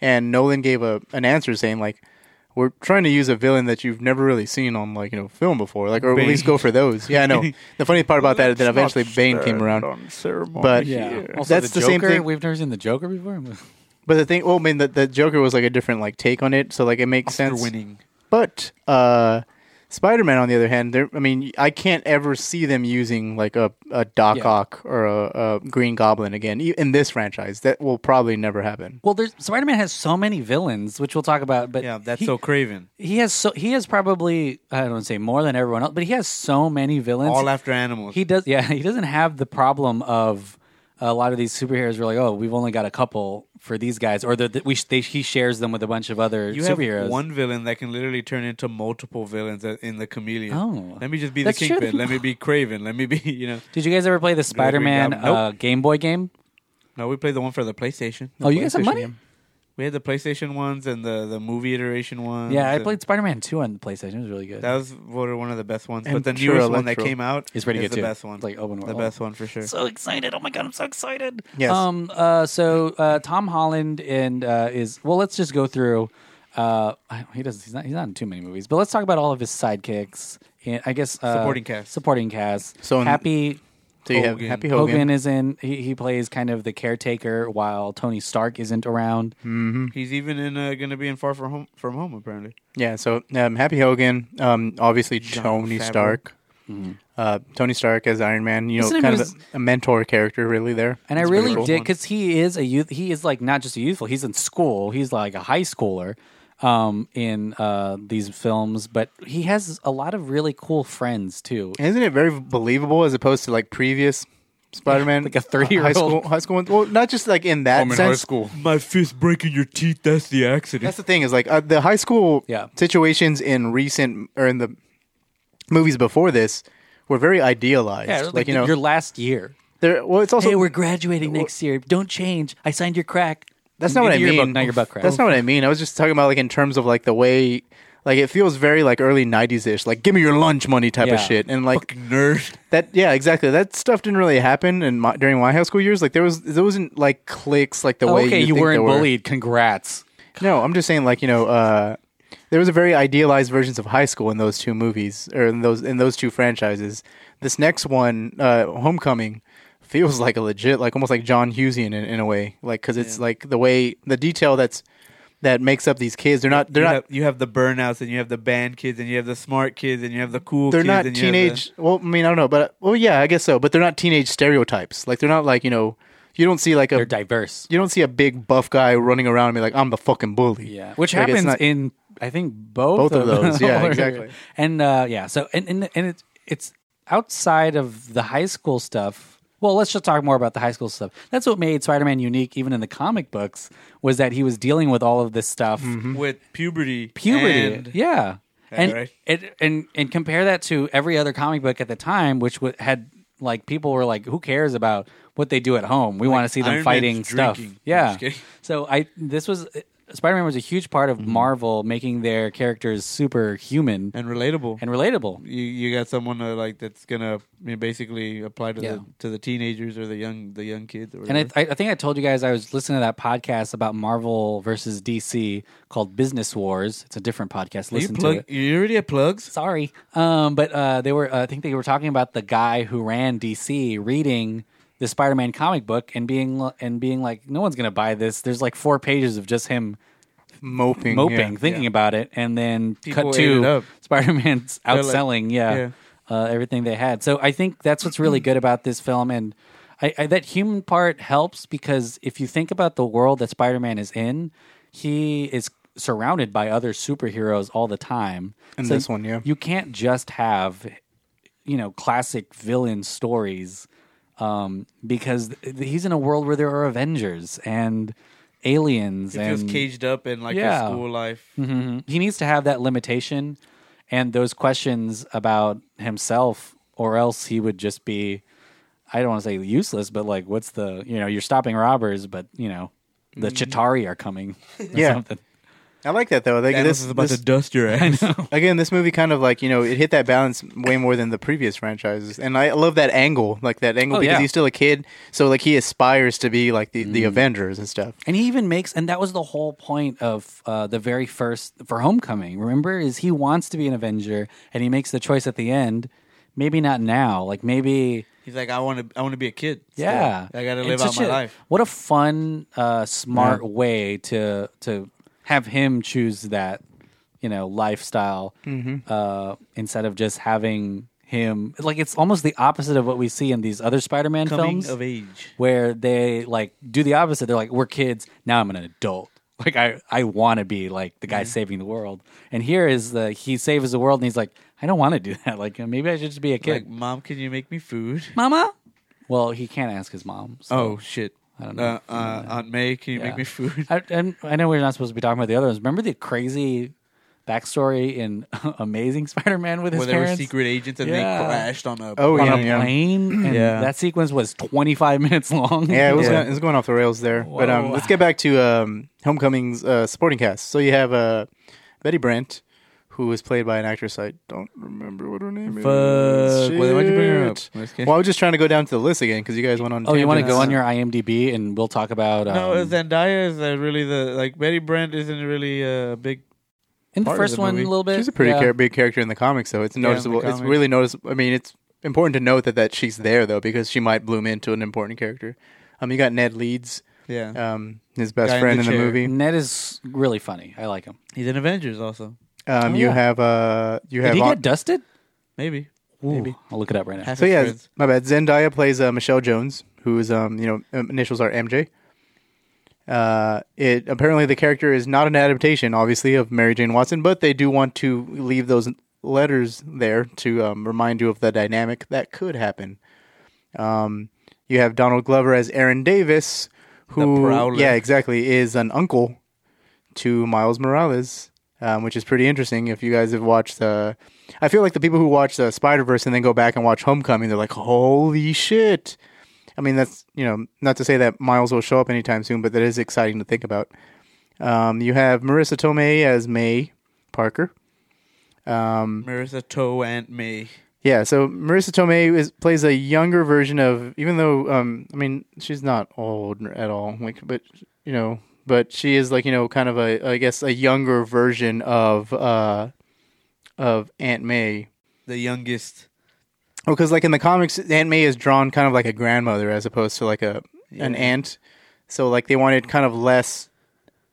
E: and Nolan gave a an answer saying like we're trying to use a villain that you've never really seen on like you know film before, like or at least go for those. Yeah, I know. The funny part about that is that eventually Bane came around, but
A: Also,
E: that's the,
A: Joker,
E: same thing.
A: We've never seen the Joker before.
E: But the thing, well, I mean, the, the Joker was like a different like take on it, so like it makes
D: They're
E: sense.
D: winning.
E: But uh, Spider Man, on the other hand, they're- I mean, I can't ever see them using like a, a Doc
A: Yeah.
E: Ock or a, a Green Goblin again e- in this franchise. That will probably never happen.
A: Well, there's Spider-Man has so many villains, which we'll talk about. But
D: Yeah, that's
A: he-
D: so craven.
A: he has so he has probably I don't want to say more than everyone else, but he has so many villains.
D: All after animals.
A: He does. Yeah, he doesn't have the problem of a lot of these superheroes were like, oh, we've only got a couple for these guys, or that that we they, he shares them with a bunch of other
D: You have
A: superheroes.
D: one villain that can literally turn into multiple villains uh, in the chameleon.
A: Oh.
D: let me just be the
A: That's true.
D: kingpin. Let me be Craven. Let me be you know.
A: Did you guys ever play the Spider-Man
D: Goblin.
A: uh, Game Boy game?
D: No, we played the one for the PlayStation.
A: oh, you guys have
E: PlayStation
A: money?
E: game.
D: We had the PlayStation ones and the the movie iteration ones.
A: Yeah, I
D: and-
A: played Spider-Man Two on the PlayStation. It was really good.
D: That was voted one of the best ones,
E: And
D: but the
E: Pure
D: newest one that
E: Electro.
D: came out
A: It's pretty
D: is
A: good
D: the
A: too.
D: best one.
A: It's like open
D: the
A: world.
D: best one for sure.
A: so excited! Oh my god, I'm so excited.
E: Yes.
A: Um. Uh. So uh, Tom Holland and uh, is well. Let's just go through. Uh. I- He doesn't. He's not. He's not in too many movies. But let's talk about all of his sidekicks. And I guess uh,
D: Supporting cast.
A: Supporting cast.
E: So in-
A: happy. oh,
E: So you have
D: Hogan.
E: Happy
A: Hogan.
E: Hogan.
A: is in. He, he plays kind of the caretaker while Tony Stark isn't around.
D: He's even in uh, going to be in Far from Home, from Home apparently.
E: Yeah, so um, Happy Hogan, um, obviously
D: John
E: Tony
D: Favreau. Mm-hmm.
E: Stark. Uh, Tony Stark as Iron Man, you know,
A: Isn't it
E: kind of
A: was-
E: a, a mentor character, really there.
A: And
E: It's
A: I
E: pretty
A: really
E: cool.
A: did because he is a youth. He is like not just a youthful. He's in school. He's like a high schooler um, in uh, these films. But he has a lot of really cool friends too.
E: Isn't it very believable as opposed to like previous Spider-Man,
A: like a
E: uh, high
A: three-year-old.
E: school, high school ones? Well, not just like in that sense.
D: school. My fist breaking your teeth. That's the accident.
E: That's the thing is like uh, the high school
A: Yeah.
E: situations in recent or in the movies before this were very idealized.
A: Yeah,
E: like, you know,
A: your last year.
E: they're- well, it's also
A: hey, we're graduating next year. Don't change. I signed your crack.
E: That's not
A: Your
E: what I
A: yearbook,
E: mean.
A: Not your butt crack.
E: That's not what I mean. I was just talking about like in terms of like the way, like it feels very like early '90s ish, like give me your lunch money type
A: Yeah.
E: of shit, and like
D: nerd.
E: that. Yeah, exactly. That stuff didn't really happen in my, during my high school years. Like there was there wasn't like cliques like the way
A: Oh, okay,
E: you,
A: you
E: think
A: weren't
E: there were.
A: bullied. Congrats.
E: No, I'm just saying like you know. uh there was a very idealized versions of high school in those two movies, or in those in those two franchises. This next one, uh, Homecoming, feels like a legit, like almost like John Hughesian in, in a way, like because it's like the way the detail that's that makes up these kids. They're not. They're
D: You
E: not.
D: have, you have the burnouts, and you have the band kids, and you have the smart kids, and you have the cool.
E: they're
D: kids,
E: not
D: and you have the-
E: teenage. Well, I mean, I don't know, but well, yeah, I guess so. But they're not teenage stereotypes. Like they're not like you know, you don't see like a
A: They're diverse.
E: you don't see a big buff guy running around and be like, I'm the fucking bully.
A: Yeah, which
E: Like, it's
A: happens
E: not-
A: in I think both
E: Both of those, yeah,
A: them.
E: exactly.
A: And uh, yeah, so and and, and it's it's outside of the high school stuff. Well, let's just talk more about the high school stuff. That's what made Spider-Man unique, even in the comic books, was that he was dealing with all of this stuff,
E: Mm-hmm.
D: with puberty.
A: puberty.
D: and-
A: yeah, and,
D: right.
A: it, and and compare that to every other comic book at the time, which w- had like people were like, "Who cares about what they do at home? We want to see them
D: Iron Man's
A: fighting stuff."
D: drinking. I'm
A: Yeah.
D: just kidding. Mm-hmm.
A: So I this was Spider Man was a huge part of Marvel making their characters superhuman and,
D: and relatable.
A: relatable.
D: you you got someone uh, like that's gonna I mean, basically apply to
A: Yeah.
D: the to the teenagers or the young the young kids. Or
A: And I,
D: whatever.
A: I I think I told you guys I was listening to that podcast about Marvel versus DC called Business Wars. It's a different podcast.
D: you
A: Listen
D: plug.
A: to it.
D: You already at plugs.
A: Sorry, um, but uh, they were. Uh, I think they were talking about the guy who ran DC reading the Spider-Man comic book and being l- and being like, no one's gonna buy this. There's like four pages of just him
E: moping,
A: moping,
E: yeah.
A: thinking about it, and then
D: People
A: cut
D: ate it
A: to
D: up.
A: Spider Man's
D: like-
A: outselling, yeah,
D: yeah.
A: Uh, everything they had. So I think that's what's really good about this film, and I, I, that human part helps because if you think about the world that Spider Man is in, he is surrounded by other superheroes all the time.
E: In this one, yeah.
A: you can't just have you know classic villain stories um because th- he's in a world where there are avengers and aliens
D: It
A: and
D: feels caged up in like
A: Yeah. Mm-hmm.
D: a school life.
E: Mm-hmm.
A: he needs to have that limitation and those questions about himself or else he would just be i don't want to say useless but like what's the you know you're stopping robbers but you know the chitari are coming or
E: Mm-hmm. Yeah.
A: something.
E: I like that though. Like this, this-
D: dust your ass.
E: again, this movie kind of like you know it hit that balance way more than the previous franchises, and I love that angle, like that angle
A: Oh,
E: because
A: yeah.
E: he's still a kid, so like he aspires to be like the, the
D: Mm.
E: Avengers and stuff.
A: and he even makes and that was the whole point of uh, the very first for homecoming remember is he wants to be an avenger and he makes the choice at the end maybe not now like maybe
D: He's like, I want to, I want to be a kid. still.
A: Yeah,
D: I got to
A: It's
D: live out
A: such
D: my
A: a-
D: life.
A: What a fun, uh, smart way to to have him choose that, you know, lifestyle
D: Mm-hmm.
A: uh, instead of just having him. Like it's almost the opposite of what we see in these other Spider-Man
D: Coming
A: films,
D: of age.
A: where they like do the opposite. They're like, we're kids now. I'm an adult. Like I, I want to be like the guy saving the world. And here is the he saves the world, and he's like, I don't want to do that. Like maybe I should just be a kid.
D: Like, mom, can you make me food?
A: Mama, Well, he can't ask his mom. so-
D: Oh shit! I
A: don't
D: don't
A: know.
D: know. Uh, uh, Aunt May, can you
A: Yeah.
D: make me food?
A: I, and I know we're not supposed to be talking about the other ones. Remember the crazy backstory in Amazing Spider-Man with his
D: Where they were
A: parents
D: secret agents and
A: Yeah.
D: they crashed on a.
E: Oh,
A: on
E: yeah.
A: a plane? And
D: Yeah.
A: that sequence was 25 minutes long.
E: Yeah, it was,
D: Yeah.
E: Going, it was going off the rails there. But um,
A: Whoa.
E: let's get back to um, Homecoming's uh, supporting cast. So you have uh, Betty Brant, who is played by an actress I don't remember what her name
D: Fuck.
E: is.
D: Well, why'd you bring her up?
E: Shit.
D: I'm just kidding.
E: Well, I was just trying to go down to the list again because you guys went on.
A: Oh, you want to
E: tangents.
A: go on your IMDb and we'll talk about. Um,
D: No, Zendaya is uh, really the like Betty Brant isn't really a big.
A: in the
D: part of
A: first
D: the
A: one,
D: movie.
A: a little bit.
E: She's a pretty
A: yeah.
E: char- big character in the comics, though. It's
D: in the
E: noticeable. it's
D: comics.
E: really noticeable. I mean, it's important to note that, that she's there though because she might bloom into an important character. Um, you got Ned Leeds,
D: Yeah,
E: um, his best
D: Guy in
E: friend
D: the
E: in the,
D: chair.
E: movie.
A: Ned is really funny. I like him.
D: he's in Avengers also.
E: Um,
A: Oh,
E: you
A: yeah.
E: have uh, you have
A: Did he
E: Aunt-
A: get dusted?
D: Maybe.
A: Maybe I'll look it up right now.
D: Half
E: So
D: his
E: yeah,
D: friends.
E: my bad. Zendaya plays uh, Michelle Jones, who is um you know um, initials are MJ. Uh, it apparently the character is not an adaptation, obviously, of Mary Jane Watson, but they do want to leave those letters there to um, remind you of the dynamic that could happen. Um, you have Donald Glover as Aaron Davis, who
D: The Prowler.
E: yeah exactly is an uncle to Miles Morales, um, which is pretty interesting. If you guys have watched, uh, I feel like the people who watch uh, Spider Verse and then go back and watch Homecoming, they're like, "Holy shit!" I mean, that's you know, not to say that Miles will show up anytime soon, but that is exciting to think about. Um, you have Marissa Tomei as May Parker.
D: Hmm. Marissa Toe Aunt May.
E: Yeah, so Marissa Tomei is, plays a younger version of, even though, um, I mean, she's not old at all, like, but you know, but she is like you know, kind of a, I guess, a younger version of, uh, of Aunt May.
D: the youngest.
E: Oh, because like in the comics, Aunt May is drawn kind of like a grandmother as opposed to like a an aunt. So like they wanted kind of less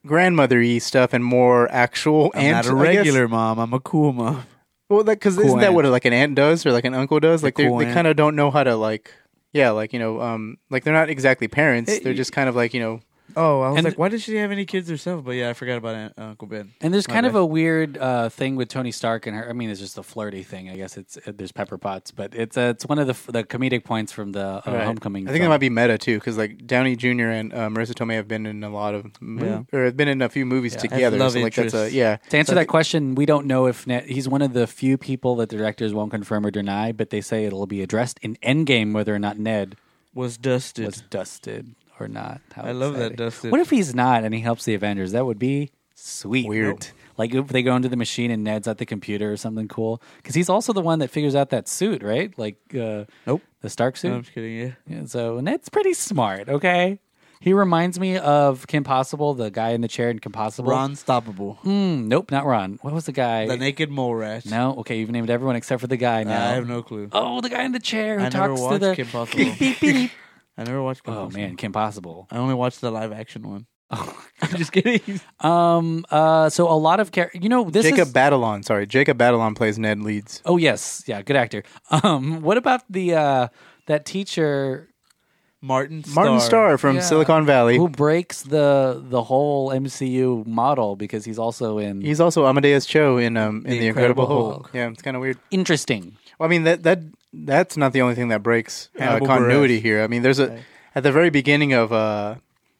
E: grandmother-y stuff and more actual
D: I'm
E: aunt.
D: not a
E: I guess.
D: regular mom. I'm a cool mom.
E: Well, like, because isn't that
D: aunt.
E: what like an aunt does or like an uncle does? Like they
D: cool
E: they
D: aunt.
E: kind of don't know how to like, yeah, like you know, um, like they're not exactly parents. they're just kind of like you know,
D: Oh, I was
A: And-
D: like, why did she have any kids herself? But yeah, I forgot about aunt, Uncle Ben.
A: And there's kind of
D: bad.
A: a weird uh, thing with Tony Stark and her. I mean, it's just a flirty thing. I guess it's uh, there's Pepper Potts, but it's uh, it's one of the f- the comedic points from the uh,
E: Right.
A: Homecoming.
E: I think it
A: film.
E: might be meta too, because like Downey Jr. and uh, Marissa Tomei have been in a lot of mo- or have been in a few movies together.
D: love
E: so like that's a
D: interests.
E: yeah.
A: To answer that question, we don't know if Ned, he's one of the few people that the directors won't confirm or deny, but they say it'll be addressed in Endgame whether or not Ned
D: Was dusted.
A: was dusted or not. How
D: I love that dusted.
A: What if he's not and he helps the Avengers? That would be sweet.
E: Weird.
A: Nope. Like if they go into the machine and Ned's at the computer or something cool, because he's also the one that figures out that suit, right? Like uh,
D: Nope.
A: the Stark
D: No,
A: suit.
D: I'm just kidding. Yeah.
A: Yeah, so Ned's pretty smart. Okay. He reminds me of Kim Possible, the guy in the chair in Kim Possible.
D: Ron Stoppable.
A: Mm, nope, not Ron. What was the guy?
D: The naked mole rat.
A: No, okay, you've named everyone except for the guy
D: I
A: now.
D: have no clue.
A: Oh, the guy in the chair who
D: I never
A: talks to
D: watched
A: the.
D: Kim Possible.
A: Beep, beep, beep.
D: I never watched Kim
A: oh
D: Possible.
A: man, Oh, Kim Possible.
D: I only watched the live action one. I'm just kidding.
A: Um. Uh. So a lot of care. You know this
E: Jacob
A: is.
E: Batalon, sorry, Jacob Batalon plays Ned Leeds.
A: oh yes, yeah, good actor. Um. What about the uh that teacher
D: Martin Starr.
E: Martin Starr from
A: Yeah.
E: Silicon Valley.
A: who breaks the the whole MCU model because he's also in
E: He's also Amadeus Cho in um in the, Incredible,
D: Incredible
E: Hulk. Yeah, it's kind of weird.
A: interesting.
E: Well, I mean that that that's not the only thing that breaks uh,
D: Hannibal
E: continuity
D: Buress.
E: here. I mean, there's a at the very beginning of uh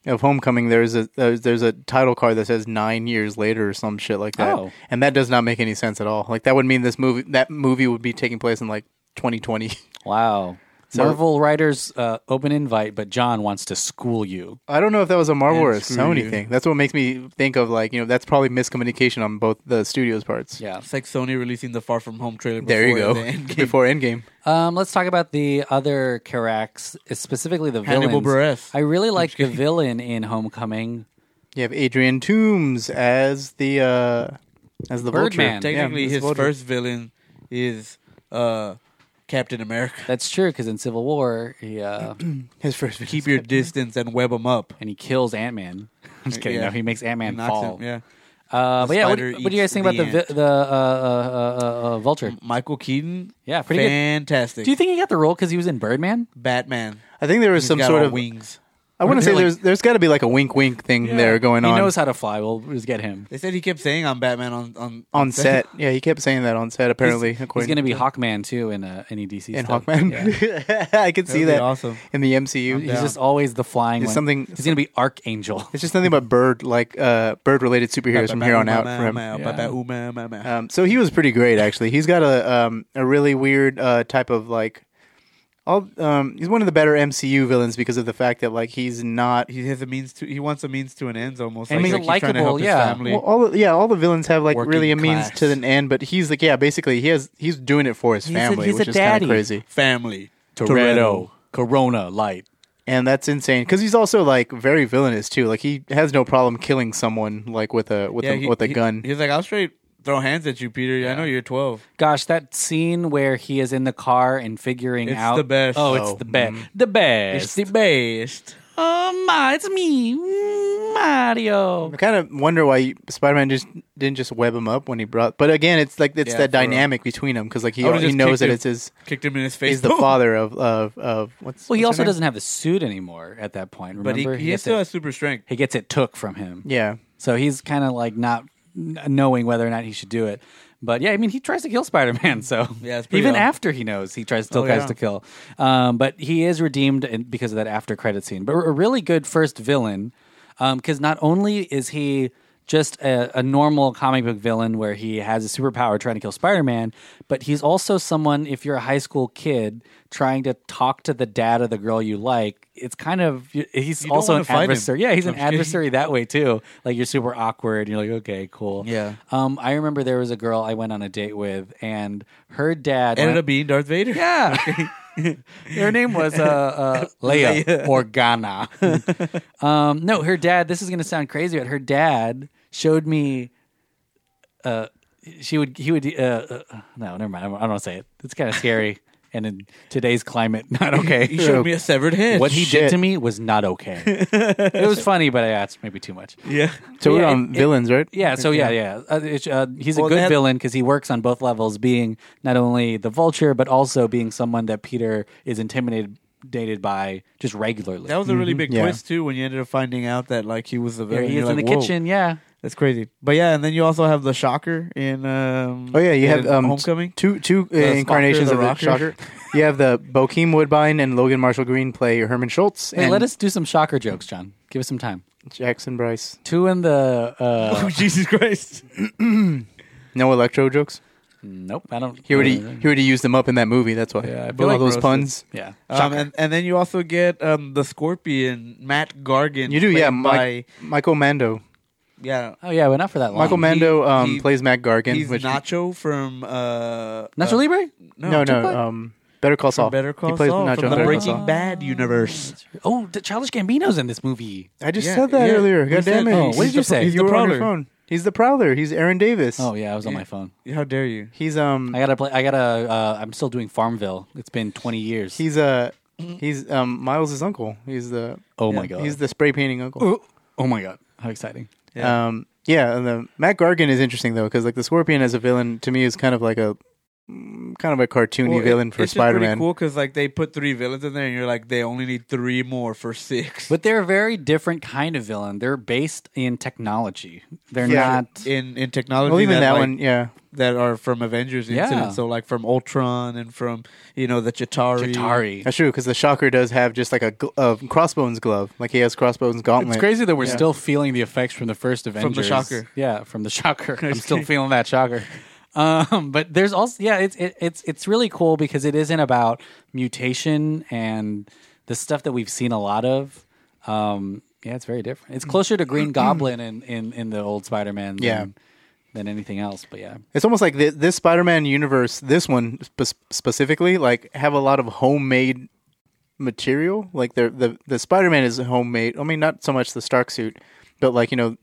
E: of Homecoming, there's a there's, there's a title card that says nine years later or some shit like that,
A: Oh.
E: and that does not make any sense at all. Like that would mean this movie that movie would be taking place in like 2020.
A: Wow. Marvel writers uh, open invite, but John wants to school you.
E: I don't know if that was a Marvel
D: Yeah,
E: or a
D: screw
E: Sony
D: you.
E: thing. That's what makes me think of like you know that's probably miscommunication on both the studios parts.
A: Yeah.
D: It's like Sony releasing the Far From Home trailer.
E: There you
D: before
E: go.
D: the Endgame.
E: Before Endgame,
A: Um, let's talk about the other Carax, specifically the villain.
D: Hannibal Buress.
A: I really like the villain in Homecoming.
E: you have Adrian Toomes as the uh as the Vulture.
A: Birdman.
E: Yeah,
D: Technically,
E: as
D: his
E: Vulture.
D: first villain is uh, Captain America.
A: That's true because in Civil War, he uh, and
E: His first video.
D: Keep your distance and web them up.
A: he kills Ant Man. I'm just kidding.
D: Yeah.
A: No, he makes Ant Man
D: Knocks
A: fall.
D: him. Yeah.
A: Uh,
D: The
A: but yeah, what,
D: spider
A: what do you guys
D: eats
A: think about
D: the
A: the vi-
D: ant.
A: the uh, uh, uh, uh, Vulture?
D: Michael Keaton.
A: Yeah, pretty good.
D: fantastic.
A: Do you think he got the role because he was in Birdman?
D: Batman?
E: I think there was
D: He's
E: some
D: got
E: sort
D: all
E: of
D: wings.
E: I want to say
F: They're like-
E: there's there's got to be like a wink wink thing there going
A: he
E: on
A: knows how to fly. We'll just get him.
F: They said he kept saying I'm Batman on on
E: on set. Yeah, he kept saying that on set. Apparently,
A: He's
E: according
A: going to be Hawkman too in uh, any DC
E: in
A: stuff.
E: Hawkman.
A: Yeah.
E: I could see
F: be
E: that
F: awesome.
E: in the MCU.
A: He's just always the flying.
E: It's
A: one.
E: something-
A: He's going to be Archangel.
E: It's just nothing but bird like uh, bird related superheroes from here on out for him. Um, so he was pretty great, actually. He's got a um, a really weird uh, type of like, all um, he's one of the better MCU villains because of the fact that like he's not.
F: He has a means to. He wants a means to an end, almost.
A: And
F: like,
A: he's a
F: like he's trying to
A: likable,
F: help his
A: yeah.
F: family.
E: Well, all the- yeah, all the villains have like
F: Working
E: really a means
F: class.
E: to an end, but he's like yeah, basically he has he's doing it for his
A: He's a-
E: family,
A: he's a
E: which is kind
A: daddy.
E: of crazy.
F: family.
A: Toretto, Corona, Light.
E: and that's insane because he's also like very villainous too. Like he has no problem killing someone like with a with a,
F: he-
E: with a
F: he-
E: gun.
F: He's like, I'll straight throw hands at you, Peter. I know you're 12.
A: Gosh, that scene where he is in the car and figuring
F: It's
A: out
F: the best.
A: Oh, it's
E: Oh,
A: the best. The best.
F: the best.
A: oh my, it's me, Mm, Mario.
E: I kind of wonder why Spider Man just didn't just web him up when he brought. But again, it's like it's
F: Yeah,
E: that
F: for real.
E: dynamic between them because like he,
F: I would've
E: he
F: just
E: knows
F: kicked
E: that
F: him.
E: it's his
F: Kicked him in his face.
E: he's the father of of of what's
A: Well, he
E: what's her
A: also
E: name?
A: doesn't have the suit anymore at that point.
F: But he,
A: Remember,
F: he
A: gets
F: still
A: it,
F: has super strength.
A: he gets it took from him.
E: yeah
A: So he's kind of like not n- knowing whether or not he should do it. But yeah, I mean, he tries to kill Spider Man. So
F: Yeah, it's pretty
A: even
F: awesome.
A: after he knows, he tries still
F: Oh,
A: tries
F: yeah.
A: to kill. Um, but he is redeemed in, because of that after credit scene. But a really good first villain because not only is he just a, a normal comic book villain where he has a superpower trying to kill Spider Man, but he's also someone, if you're a high school kid trying to talk to the dad of the girl you like, it's kind of, he's
F: You don't
A: also
F: wanna
A: an
F: fight him.
A: adversary. Yeah, he's
F: I'm
A: an
F: just kidding.
A: adversary necessarily that way too. Like you're super awkward. And you're like, okay, cool.
F: Yeah.
A: Um, I remember there was a girl I went on a date with, and her dad
F: Ended up being Darth Vader.
A: Yeah. her name was uh, uh, Leia Organa. um, no, her dad. This is gonna sound crazy, but her dad showed me. Uh, she would. He would. Uh, uh, no, never mind. I don't want to say it. It's kind of scary, and in today's climate, not okay.
F: He showed me a severed head.
A: What he did
E: Shit.
A: to me was not okay. it was funny, but I asked maybe too much.
F: Yeah.
E: so we're
A: Yeah,
E: on
A: it- it-
E: villains right
A: Yeah, so yeah, yeah. Uh, it's, uh, he's a
F: Well,
A: good
F: that-
A: villain because he works on both levels, being not only the vulture, but also being someone that Peter is intimidated dated by just regularly.
F: That was a really big
E: Mm-hmm. Yeah.
F: twist too. When you ended up finding out that like he was the
A: there
F: villain.
A: he
F: You're
A: is in
F: like,
A: the
F: "Whoa,
A: kitchen, yeah.
F: That's crazy. But yeah, and then you also have the Shocker in. Um,
E: oh yeah you have
F: in
E: um
F: Homecoming.
E: two two uh,
F: Spocker,
E: incarnations
F: the
E: of the
F: Rocker.
E: Shocker you have the Bokeem Woodbine and Logan Marshall Green play Herman Schultz
A: Wait,
E: and
A: let us do some shocker jokes, John. Give us some time.
E: Jackson Bryce
A: Two in the uh,
F: Oh Jesus Christ!
E: no electro jokes
A: nope. I don't.
E: he already he already used them up in that movie that's why
A: Yeah, I feel
E: all
A: like
E: those
A: roasted.
E: puns
A: yeah.
F: Um, and, and then you also get um, the Scorpion, Matt Gargan.
E: you do yeah
F: played
E: Mike, Michael Mando
F: by- yeah.
A: Oh yeah, we're not for that long.
E: Michael Mando
F: He-
E: um,
F: he-
E: plays Matt Gargan.
F: He's
E: which,
F: Nacho from uh,
A: Nacho
F: uh,
A: Libre.
E: no, no,
A: Tupac?
E: um, Better Call Saul.
F: Better Call
E: he plays
F: Saul
E: Nacho
F: from the
E: Better Call
F: Breaking
E: Saul.
F: Bad universe.
A: Oh, the Childish Gambino's in this movie.
E: I just
F: Yeah,
E: said that
F: yeah,
E: earlier.
F: we
E: God
F: said-
E: damn it!
A: Oh, what
E: He's
A: did you
E: the-
A: say?
F: He's the
E: were on your
F: Prowler.
E: phone. He's the Prowler. He's Aaron Davis.
A: Oh yeah, I was on my phone.
F: How dare you?
E: he's um
A: I gotta play. I gotta. Uh, I'm still doing Farmville. It's been 20 years.
E: he's uh he's um Miles' uncle. He's the
A: oh my
F: yeah,
A: god.
E: he's the spray painting uncle.
A: Oh, oh my god! How exciting!
F: Yeah.
E: Um yeah, and the Matt Gargan is interesting though because like the Scorpion as a villain to me is kind of like a mm, kind of a cartoony
F: Well, it-
E: villain for
F: it's just pretty
E: Spider-Man.
F: Cool because like they put three villains in there, and you're like, they only need three more for six.
A: But they're a very different kind of villain. They're based in technology. They're
E: Yeah.
A: not.
F: in in technology,
E: Well, even that
F: like,
E: one, yeah.
F: that are from Avengers
A: Yeah.
F: incident. So like from Ultron and from you know the Chitari.
A: Atari.
E: That's true because the Shocker does have just like a gl- uh, crossbones glove, like he has crossbones gauntlet.
A: It's crazy that we're still feeling the effects from the first Avengers.
F: shocker.
A: Yeah, from the shocker. I'm still feeling that shocker. Um, but there's also yeah, it's it, it's it's really cool because it isn't about mutation and the stuff that we've seen a lot of. Um, yeah, it's very different. It's closer to Green Goblin in in, in the old Spider-Man than,
E: Yeah.
A: than anything else. But yeah,
E: It's almost like thi- this Spider-Man universe, this one spe- specifically, like have a lot of homemade material. Like the the the Spider-Man is homemade. I mean, not so much the Stark suit, but like you know,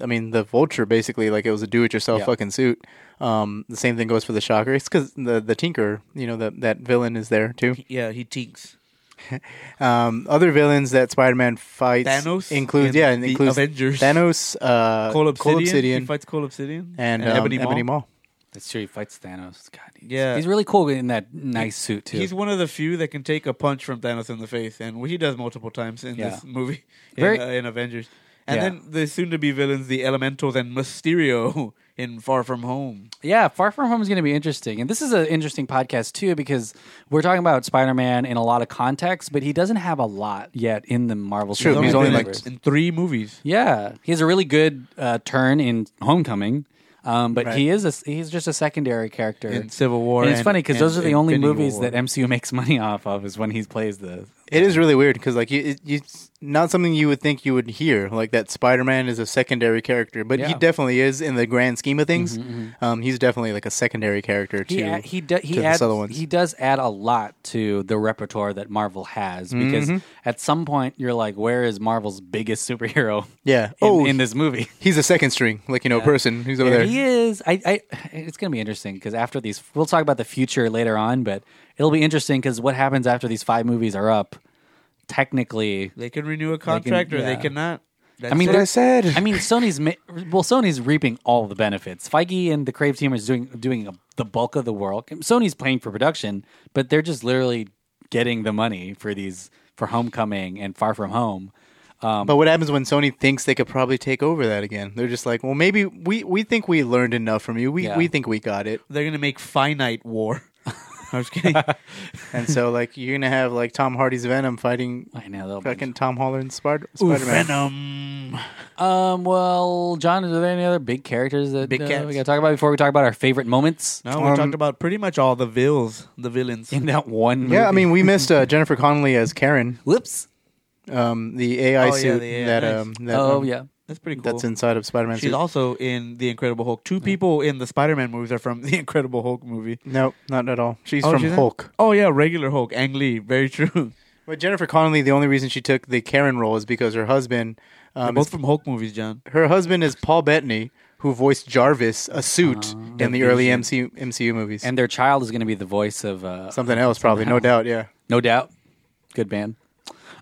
E: I mean the Vulture basically like it was a do-it-yourself
A: Yeah.
E: fucking suit. Um, the same thing goes for the Shocker. It's because the the Tinker, you know, that that villain is there too.
F: Yeah, he tinks.
E: Um, other villains that Spider-Man fights
F: Thanos
E: includes
F: and
E: yeah, and
F: the
E: includes
F: Avengers.
E: Thanos, uh,
F: Cole Obsidian.
E: Obsidian,
F: He fights Cole Obsidian
E: and um,
F: Ebony
E: Ebony
F: Maw.
E: Maw.
A: That's true. He fights Thanos. God, he's,
F: Yeah.
A: he's really cool in that nice suit too.
F: He's one of the few that can take a punch from Thanos in the face, and he does multiple times in
A: Yeah.
F: this movie in,
A: Very-
F: uh, in Avengers. And
A: Yeah.
F: then the soon-to-be villains, the Elementals and Mysterio in Far From Home.
A: Yeah, Far From Home is going to be interesting. And this is an interesting podcast, too, because we're talking about Spider Man in a lot of context, but he doesn't have a lot yet in the Marvel
E: True,
A: Cinematic
E: he's only like-
A: Universe.
F: in three movies.
A: Yeah, he has a really good uh, turn in Homecoming, um, but he is a, he's just a secondary character
F: In Civil War
A: And it's
F: and-
A: funny because those are
F: and
A: the only
F: Infinity
A: movies
F: War.
A: that MCU makes money off of is when he plays the.
E: It is really weird because like you, it, it's not something you would think you would hear. Like that Spider-Man is a secondary character, but he
A: Yeah. Mm-hmm,
E: definitely is in the grand scheme of things. Um, he's definitely like a secondary character
A: He
E: to
A: add- he do, he
E: to
A: adds,
E: this other ones.
A: he does add a lot to the repertoire that Marvel has because
E: Mm-hmm.
A: at some point you're like, where is Marvel's biggest superhero?
E: Yeah.
A: in,
E: Oh,
A: in this movie.
E: he's a second string, like you know, person who's over
A: Yeah,
E: there.
A: He is. I, I. It's going to be interesting because after these, we'll talk about the future later on. But it'll be interesting because what happens after these five movies are up? Technically,
F: They can renew a contract or they
A: yeah.
F: cannot. That's
A: I mean,
F: it.
A: they're-
E: I said.
A: I mean, Sony's ma- well, Sony's reaping all the benefits. Feige and the Crave team is doing doing the bulk of the work. Sony's paying for production, but they're just literally getting the money for these for Homecoming and Far From Home. um,
E: But what happens when Sony thinks they could probably take over that again? They're just like, well, maybe we, we think we learned enough from you. We
A: Yeah.
E: we think we got it.
F: they're gonna make Finite War. I'm just kidding.
E: And so like you're gonna have like Tom Hardy's Venom fighting
A: I know. they'll-
E: fucking Tom Holland's Spider Spider Man.
F: Venom.
A: Um. Well, John, are there any other big characters that
F: Big
A: uh,
F: cats.
A: we got to talk about before we talk about our favorite moments?
F: No, we talked about pretty much all the vills, the villains.
A: in that one movie.
E: Yeah, I mean we missed uh, Jennifer Connelly as Karen,
A: whoops.
E: um, the AI
F: Oh, yeah,
E: suit
F: the AI,
E: that
F: nice.
E: um that
A: Oh
E: um,
A: yeah.
F: That's pretty cool.
E: that's inside of Spider Man
F: She's
E: suit.
F: also in the Incredible Hulk. Two people in the Spider-Man movies are from the Incredible Hulk movie.
E: no, not at all. She's
F: Oh,
E: from
F: she's in-
E: Hulk.
F: Oh yeah, regular Hulk, Ang Lee. Very true.
E: But Jennifer Connelly, the only reason she took the Karen role is because her husband um,
F: Both
E: is-
F: from Hulk movies, John.
E: her husband is Paul Bettany, who voiced Jarvis, a suit
F: Ah,
E: in the early MCU, MCU movies.
A: And their child is going to be the voice of uh,
E: Something else, probably, no doubt. Yeah.
A: No doubt. Good band.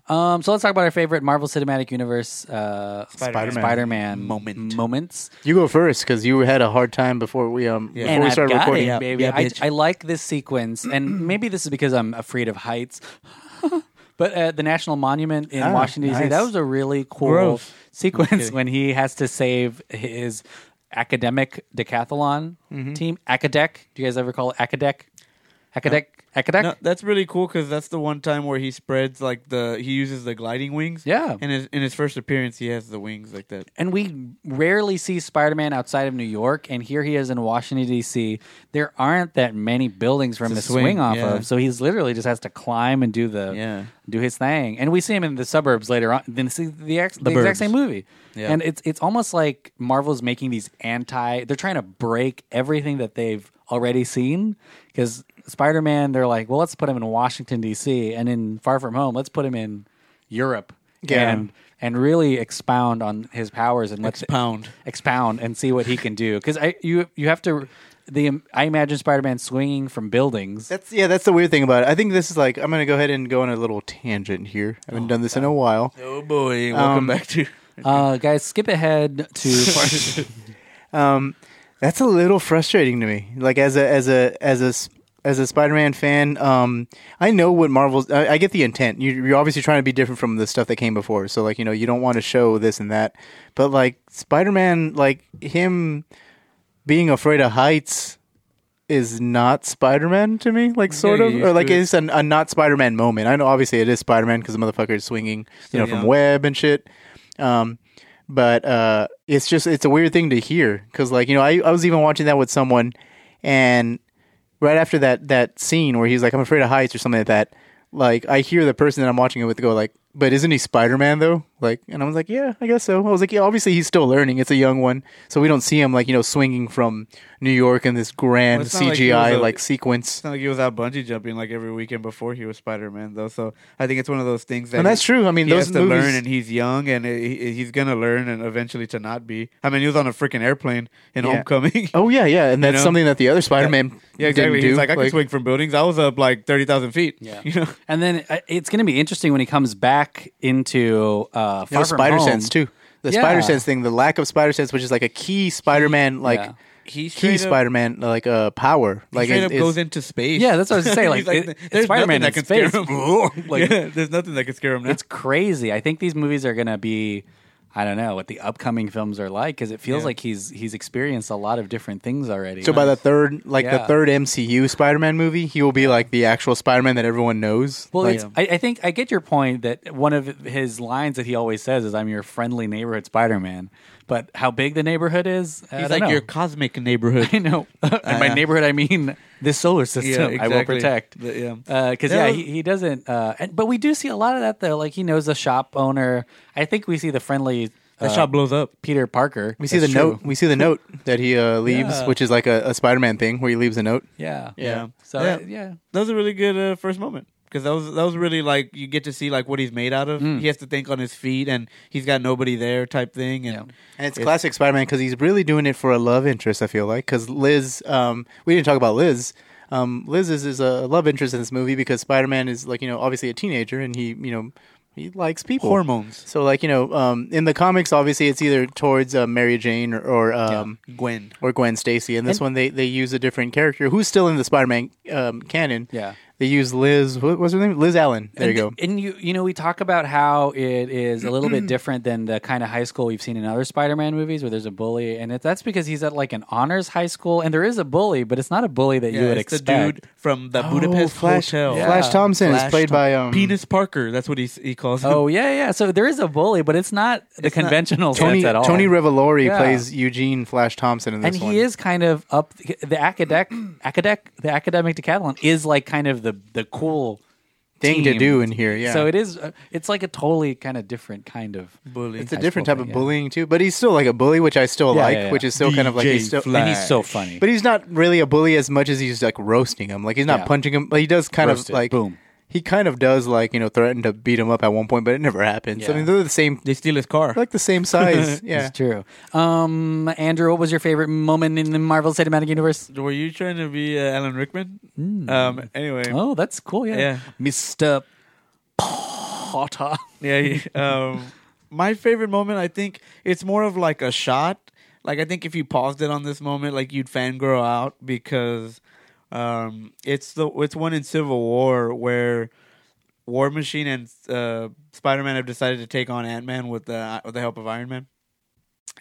A: Um, so let's talk about our favorite Marvel Cinematic Universe uh, Spider-Man.
F: Moment.
A: moments.
E: You go first because you had a hard time before we um before
A: and
E: we
A: I've
E: started
A: got
E: recording.
A: it, baby.
F: Yeah,
A: I,
F: bitch.
A: I like this sequence, and maybe this is because I'm afraid of heights. but uh, the National Monument in
E: Ah,
A: Washington D.C. That
E: nice.
A: was a really cool
F: Gross.
A: sequence when he has to save his academic decathlon
F: Mm-hmm.
A: team, Acadec. Do you guys ever call it Acadec? Acadec. Acadec.
F: No, that's really cool because that's the one time where he spreads like the he uses the gliding wings.
A: Yeah.
F: In his in his first appearance, he has the wings like that.
A: and we rarely see Spider-Man outside of New York, and here he is in Washington D.C. There aren't that many buildings for him to
F: It's a
A: swing,
F: swing,
A: off
F: yeah.
A: of, so he's literally just has to climb and do the
F: Yeah.
A: do his thing. And we see him in the suburbs later on. Then see the, ex- the,
F: burbs.
A: exact same movie,
F: Yeah.
A: and it's it's almost like Marvel's making these anti. They're trying to break everything that they've already seen because Spider-Man. They're like, well, let's put him in Washington D.C. and in Far From Home, let's put him in Europe.
E: Yeah.
A: And and really expound on his powers and let's
F: Expound.
A: expound and see what he can do because I you you have to the I imagine Spider Man swinging from buildings.
E: That's yeah. That's the weird thing about it. I think this is like I'm gonna go ahead and go on a little tangent here. I haven't done this in a while.
F: Oh boy, welcome back to
A: Uh, guys, skip ahead to
E: Um, that's a little frustrating to me. Like as a as a as a s- as a Spider-Man fan, um, I know what Marvel's. I, I get the intent. You, you're obviously trying to be different from the stuff that came before. So like you know you don't want to show this and that, but like Spider-Man, like him being afraid of heights is not Spider-Man to me. Like sort
F: Yeah,
E: of,
F: you
E: or like
F: screwed.
E: it's an, a not Spider-Man moment. I know obviously it is Spider-Man because the motherfucker is swinging, you know,
F: yeah.
E: from web and shit. Um, but uh, it's just it's a weird thing to hear because like you know I, I was even watching that with someone and right after that that scene where he's like i'm afraid of heights or something like that like i hear the person that i'm watching it with go like but isn't he spider-man though like and i was like yeah i guess so i was like yeah obviously he's still learning it's a young one so we don't see him like you know swinging from new york in this grand
F: Well, it's not like he
E: cgi
F: was
E: like,
F: a-
E: sequence
F: It's not like he was out bungee jumping like every weekend before he was Spider Man though. So I think it's one of those things that
E: And that's
F: he-
E: true. I mean,
F: he
E: those
F: has to
E: movies-
F: learn, and he's young, and he, he's gonna learn, and eventually to not be. I mean, he was on a freaking airplane in
E: Yeah.
F: Homecoming.
E: oh yeah yeah and that's
F: know?
E: something that the other spider-man
F: yeah, exactly.
E: didn't do.
F: He's like, I can swing from buildings. I was up like thirty thousand feet.
A: Yeah.
F: you know.
A: and then uh, it's going to be interesting when he comes back into uh, Far
E: no
A: From
E: spider
A: Home.
E: sense too the
A: Yeah.
E: spider sense thing the lack of spider sense which is like a key spider-man like
A: Yeah.
F: he
E: key
F: straight up-
E: Spider Man like uh power.
F: he
E: Like
F: straight
E: it-
F: up
E: it's-
F: goes into space.
A: Yeah, that's what I was gonna say. Like,
F: He's
A: it- it's Spider-Man in space.
F: him.
A: Like-
F: yeah, there's nothing that can scare him now.
A: It's crazy. I think these movies are going to be I don't know what the upcoming films are like cuz it feels
F: Yeah.
A: like he's he's experienced a lot of different things already.
E: So by the third, like the
A: Yeah.
E: third MCU Spider-Man movie, he will be like the actual Spider-Man that everyone knows.
A: well,
E: Like,
A: it's, I, I think I get your point that one of his lines that he always says is "I'm your friendly neighborhood Spider-Man," but how big the neighborhood is, I
F: He's
A: don't
F: like
A: know.
F: your cosmic neighborhood.
A: I know. and by neighborhood, I mean this solar system. I will
F: exactly.
A: protect.
F: The- yeah.
A: Because
F: Yeah.
A: yeah, he, he doesn't. Uh, and, but we do see a lot of that though. Like he knows the shop owner. I think we see the friendly.
F: That
A: uh,
F: shot blows up.
A: Peter Parker.
E: we see the note. We see the note that he uh, leaves,
A: Yeah.
E: which is like a, a Spider-Man thing where he leaves a note.
A: Yeah.
F: Yeah.
A: So
F: Yeah.
A: uh, yeah.
F: That was a really good uh, first moment because that was that was really like you get to see like what he's made out of.
A: Mm.
F: He has to think on his feet and he's got nobody there type thing. And
E: And it's
F: It-
E: classic Spider-Man because he's really doing it for a love interest. I feel like because Liz, um, we didn't talk about Liz. Um, Liz is, is a love interest in this movie because Spider-Man is like you know obviously a teenager and he you know he likes people
F: hormones,
E: So like you know um, in the comics obviously it's either towards uh, Mary Jane or, or um,
F: Gwen.
E: or Gwen Stacy. And this one, they, they use a different character who's still in the Spider-Man um, canon.
A: Yeah.
E: they use Liz. What was her name? Liz Allen. There
A: and,
E: you go.
A: And you you know we talk about how it is a little bit different than the kind of high school we've seen in other Spider-Man movies where there's a bully, and it, that's because he's at like an honors high school, and there is a bully, but it's not a bully that you would
F: it's
A: expect.
F: the dude from the Budapest
E: Oh, Flash,
F: Hotel.
E: Flash Thompson
F: Flash
E: is played
F: Thom-
E: by um,
F: Penis Parker. That's what he s- he calls him.
A: Oh yeah, yeah. So there is a bully, but it's not the conventional
E: Tony
A: sense at all.
E: Tony Revolori
A: Yeah.
E: plays Eugene Flash Thompson in this
A: and he
E: one.
A: is kind of up the academic, academic, the academic decathlon is like kind of the the cool
E: thing to
A: team.
E: do in here. Yeah,
A: So it is. uh, It's like a totally kind of different kind of bully.
E: it's a different type of bullying too. But he's still like a bully, which I still
A: Yeah,
E: like,
A: yeah, yeah.
E: which is still kind of like
F: DJ
E: he's still.
F: Flash.
A: And he's so funny.
E: But he's not really a bully as much as he's like roasting him. Like he's not
A: Yeah.
E: punching him, but he does kind
A: Roasted.
E: of like
A: Boom.
E: He kind of does like you know threaten to beat him up at one point, but it never happens. I
A: Yeah.
E: mean, they're the same
F: They steal his car.
E: like the same size. Yeah.
A: It's true. Um, Andrew, what was your favorite moment in the Marvel Cinematic Universe?
F: Were you trying to be uh, Alan Rickman? Um. Anyway.
A: Oh, that's cool. Yeah,
F: Yeah.
A: Mister Potter.
F: Yeah. he- Um, my favorite moment, I think it's more of like a shot. Like I think if you paused it on this moment, like you'd fangirl out because um, it's the it's one in Civil War where War Machine and uh, Spider Man have decided to take on Ant Man with the with the help of Iron Man,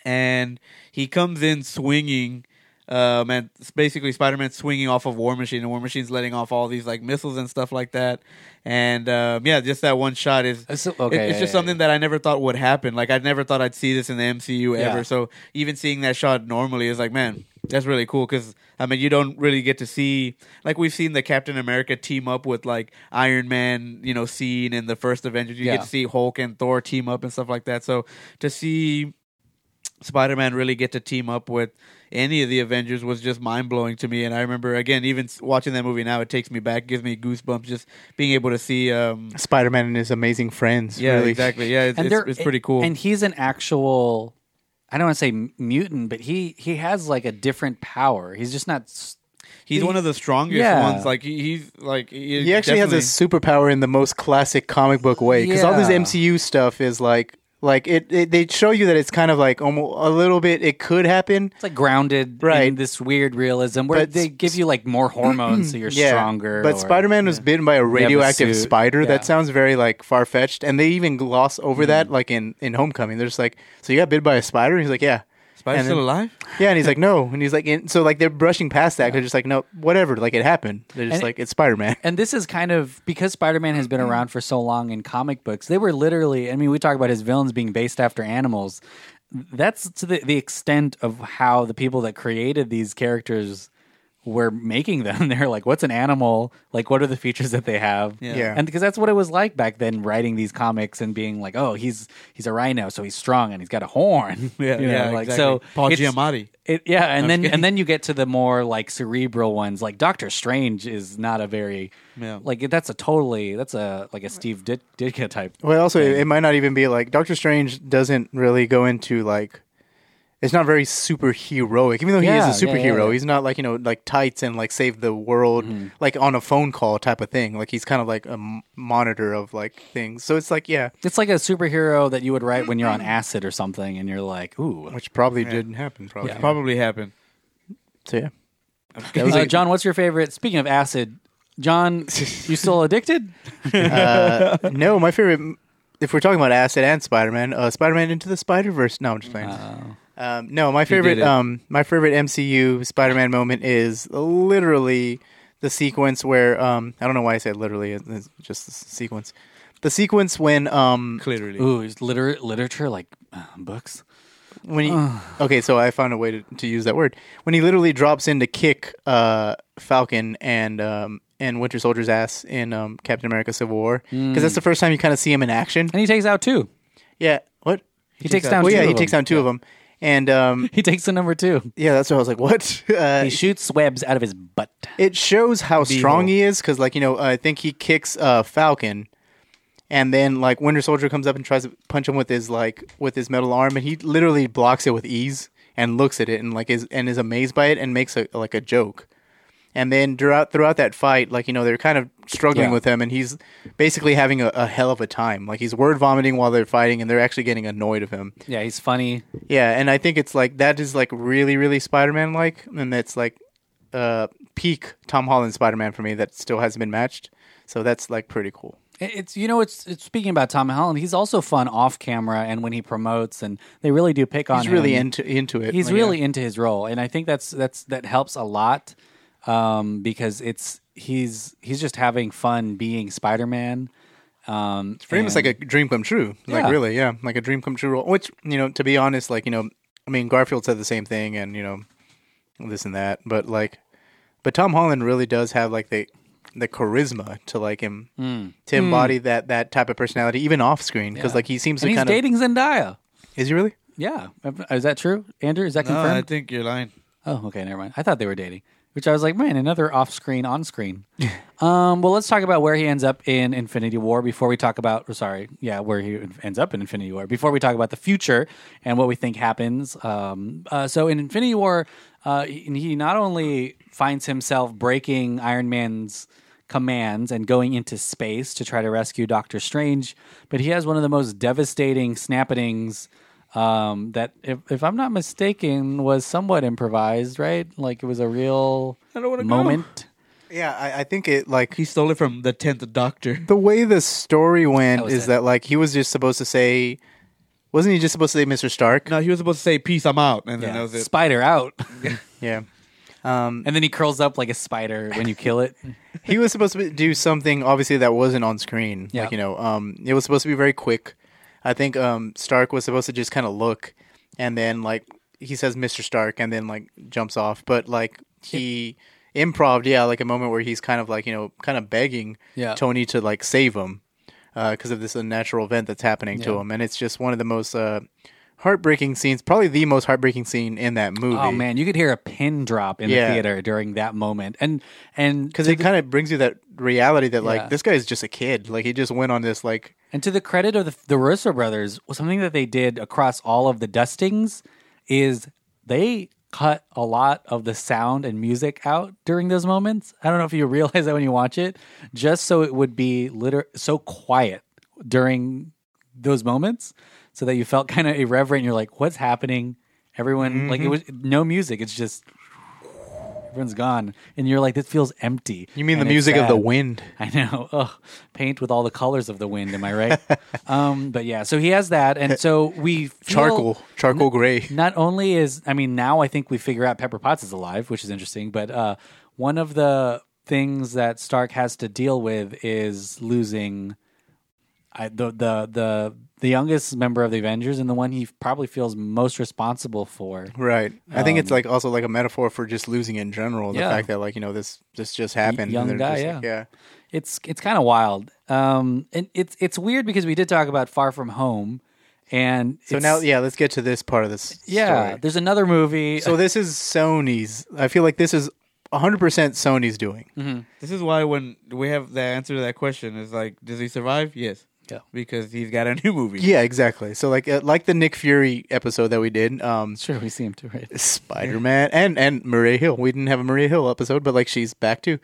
F: and he comes in swinging. Um, and it's basically Spider Man swinging off of War Machine, and War Machine's letting off all these like missiles and stuff like that. And um, yeah, just that one shot is
A: Uh, so-
F: it-
A: okay,
F: it's
A: yeah,
F: just
A: yeah,
F: something that I never thought would happen. Like I never thought I'd see this in the MCU
A: Yeah.
F: ever. So even seeing that shot normally is like, man, that's really cool because I mean you don't really get to see like we've seen the Captain America team up with like Iron Man, you know, scene in the first Avengers. You
A: Yeah.
F: get to see Hulk and Thor team up and stuff like that. So to see Spider-Man really get to team up with any of the Avengers was just mind-blowing to me and I remember again even s- watching that movie now it takes me back gives me goosebumps just being able to see um
E: Spider Man and his amazing friends.
F: yeah
E: really.
F: exactly yeah it's,
A: And
F: it's,
A: they're-
F: it's pretty cool
A: And he's an actual. I don't want to say m- mutant, but he he has like a different power. He's just not. s-
F: He's one of the strongest
A: Yeah.
F: ones. Like he, he's like he,
E: He actually has a superpower in the most classic comic book way because all this
A: Yeah.
E: MCU stuff is like like it, it. They show you that it's kind of like almost a little bit. It could happen.
A: It's like grounded in
E: Right.
A: this weird realism where
E: But
A: they
E: sp-
A: give you like more hormones so you're stronger.
E: But
A: or-
E: Spider Man was bitten by a radioactive
A: suit.
E: spider.
A: Yeah. Mm.
E: That sounds very like far fetched. And they even gloss over that, like in in Homecoming. They're just like, "So you got bit by a spider?" And he's like, "Yeah."
F: Spider's
E: and
F: still
E: then-
F: alive.
E: Yeah, and he's like, "No," and he's like, and "So like they're brushing past that. They're just like, no, whatever. Like it happened. They're just
A: And-
E: like, it's Spider Man."
A: And this is kind of because Spider Man has been around for so long in comic books, they were literally, I mean, we talk about his villains being based after animals. That's to the, the extent of how the people that created these characters were making them. They're like, what's an animal? Like, what are the features that they have?
E: Yeah.
A: And because that's what it was like back then, writing these comics and being like, oh, he's he's a rhino, so he's strong and he's got a horn.
F: Yeah,
A: You know,
F: yeah,
A: like
F: exactly.
A: so.
F: Paul
A: it's-
F: Giamatti.
A: It, yeah, and then
F: kidding.
A: and then you get to the more like cerebral ones. Like Doctor Strange is not a very
F: Yeah.
A: like that's a totally that's a like a Steve Dit- Ditka type.
E: Well, also it might not even be like Doctor Strange doesn't really go into like it's not very superheroic. Even though he
A: Yeah,
E: is a
A: yeah,
E: superhero,
A: yeah, yeah. Mm-hmm.
E: he's not like you know like tights and like save the world like on a phone call type of thing. Like he's kind of like a m- monitor of like things. So it's like yeah,
A: It's like a superhero that you would write
F: Oh
A: when you're on acid or something, and you're like, ooh,
E: which probably didn't happen. Probably.
F: Probably happened.
E: So yeah,
A: Uh, John, what's your favorite? Speaking of acid, John, you still addicted?
E: Uh, no, my favorite. If we're talking about acid and Spider Man, uh, Spider Man into the Spider Verse. No, I'm just playing. Um, no, my favorite.
F: it.
E: Um, my favorite MCU Spider Man moment is literally the sequence where um, I don't know why I said literally. it- It's just the sequence. The sequence when um,
F: Clearly.
A: Ooh, is liter- literature like uh, books?
E: when he okay, so I found a way to, to use that word when he literally drops in to kick uh, Falcon and um, and Winter Soldier's ass in um, Captain America: Civil War because that's the first time you kind of see him in action.
A: And he takes out two.
E: Yeah, what? Uh,
A: He, takes, down.
E: Well,
A: two
E: yeah,
A: of
E: he
A: them.
E: takes down two of them, and um,
A: He takes the number two.
E: yeah, that's what I was like. What? Uh,
A: He shoots webs out of his butt.
E: it shows how strong he is because, like, you know, I think he kicks uh, Falcon, and then like Winter Soldier comes up and tries to punch him with his like with his metal arm, and he literally blocks it with ease and looks at it and like is and is amazed by it and makes a like a joke. And then throughout throughout that fight, like you know, they're kind of struggling
A: Yeah.
E: with him, and he's basically having a, a hell of a time. Like he's word vomiting while they're fighting, and they're actually getting annoyed of him.
A: Yeah, he's funny.
E: Yeah, and I think it's like that is like really, really Spider Man like, and that's like uh peak Tom Holland Spider Man for me that still hasn't been matched. So that's like pretty cool.
A: It- It's you know it's, it's speaking about Tom Holland. He's also fun off camera and when he promotes, and they really do pick on.
E: He's really
A: him.
E: into into it.
A: he's
E: Like,
A: really into his role and i think that's that's that helps a lot um because it's he's he's just having fun being spider-man um
E: yeah. for him, it's like
A: and-
E: a dream come true.
A: Yeah.
E: Like really, yeah, like a dream come true role. Which you know, to be honest, like you know, I mean, Garfield said the same thing, and you know, this and that, but like, but Tom Holland really does have like the the charisma to like him
A: Hmm.
E: to embody that that type of personality, even off screen, because like he seems
A: and
E: to
A: he's
E: kind
A: dating zendaya
E: of is he really.
A: yeah is that true andrew is that
F: No, I
A: confirmed
F: think you're lying.
A: oh okay never mind i thought they were dating which i was like man another off-screen on-screen um well let's talk about where he ends up in infinity war before we talk about sorry yeah where he ends up in infinity war before we talk about the future and what we think happens um uh, so in infinity war uh he he not only finds himself breaking iron man's commands and going into space to try to rescue Doctor Strange, but he has one of the most devastating snappings um, that, if, if I'm not mistaken, was somewhat improvised, right? Like it was a real
F: I don't wanna go.
A: moment.
E: Yeah, I, I think it like
F: He stole it from the tenth Doctor.
E: the way the story went
A: was
E: is
A: it.
E: that like he was just supposed to say, wasn't he just supposed to say Mr. Stark?
F: No, he was supposed to say "Peace, I'm out," and then that
A: Yeah.
F: was it.
A: Spider out.
E: Yeah,
A: and then he curls up like a spider when you kill it.
E: he was supposed to do something obviously that wasn't on screen.
A: Yeah.
E: Like you know, um, it was supposed to be very quick. I think um, Stark was supposed to just kind of look, and then like he says Mr. Stark, and then like jumps off. But like he improv, yeah, like a moment where he's kind of like you know kind of begging
A: Yeah.
E: Tony to like save him. because of this unnatural event that's happening to
A: Yeah.
E: him, and it's just one of the most uh, heartbreaking scenes, probably the most heartbreaking scene in that movie.
A: Oh man, you could hear a pin drop in
E: Yeah.
A: the theater during that moment. And and
E: because it kind of brings you that reality that
A: Yeah.
E: like this guy is just a kid, like he just went on this like
A: And to the credit of the, the Russo brothers, something that they did across all of the dustings is they cut a lot of the sound and music out during those moments. I don't know if you realize that when you watch it, just so it would be liter- so quiet during those moments, so that you felt kind of irreverent. You're like, "What's happening?" Everyone like
E: Mm-hmm.
A: it was no music. It's just everyone's gone, and you're like, "This feels empty."
E: You mean
A: And
E: the
A: it's
E: music of the
A: sad.
E: wind?
A: I know. Ugh, paint with all the colors of the wind. Am I right? um, but yeah, so he has that, and so we feel-
E: Charcoal, charcoal gray.
A: Not only is, I mean, now I think we figure out Pepper Potts is alive, which is interesting. But uh, one of the things that Stark has to deal with is losing I, the the the the youngest member of the Avengers and the one he probably feels most responsible for.
E: Right. I think it's like also like a metaphor for just losing in general. The
A: Yeah.
E: fact that like you know this this just happened.
A: young
E: and they're
A: guy,
E: just like,
A: yeah.
E: yeah.
A: it's it's kind of wild. Um, and it's it's weird because we did talk about Far From Home, and
E: So
A: it's-
E: now, yeah, let's get to this part of this.
A: yeah,
E: Story.
A: there's another movie.
E: So this is Sony's. I feel like this is 100 percent Sony's doing.
F: This is why when we have the answer to that question is like, does he survive? Yes.
A: Yeah.
F: Because he's got a new movie.
E: Yeah, exactly. So like uh, like the Nick Fury episode that we did. Um,
A: sure, we see him too, right?
E: Spider Man and and Maria Hill. We didn't have a Maria Hill episode, but like she's back too.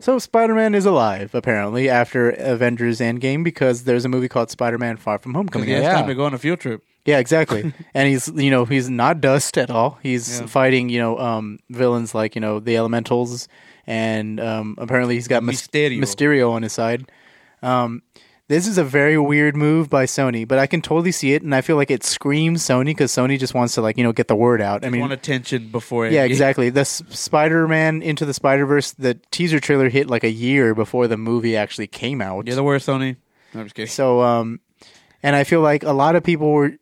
E: So Spider Man is alive apparently after Avengers Endgame because there's a movie called Spider Man Far From Home coming
F: Yeah,
E: out.
F: it's
A: Yeah.
F: time to go on a field trip.
E: Yeah, exactly. and he's you know he's not dust at all. He's fighting you know um, villains like you know the elementals, and um, apparently he's got Mys-
F: Mysterio.
E: Mysterio on his side. Um, this is a very weird move by Sony, but I can totally see it, and I feel like it screams Sony because Sony just wants to like you know get the word out. I
F: I
E: mean,
F: want attention before it
E: yeah, exactly. The S- Spider-Man into the Spider-Verse, the teaser trailer hit like a year before the movie actually came out.
F: You're the worst, Sony. No, I'm just kidding.
E: So, um, and I feel like a lot of people were,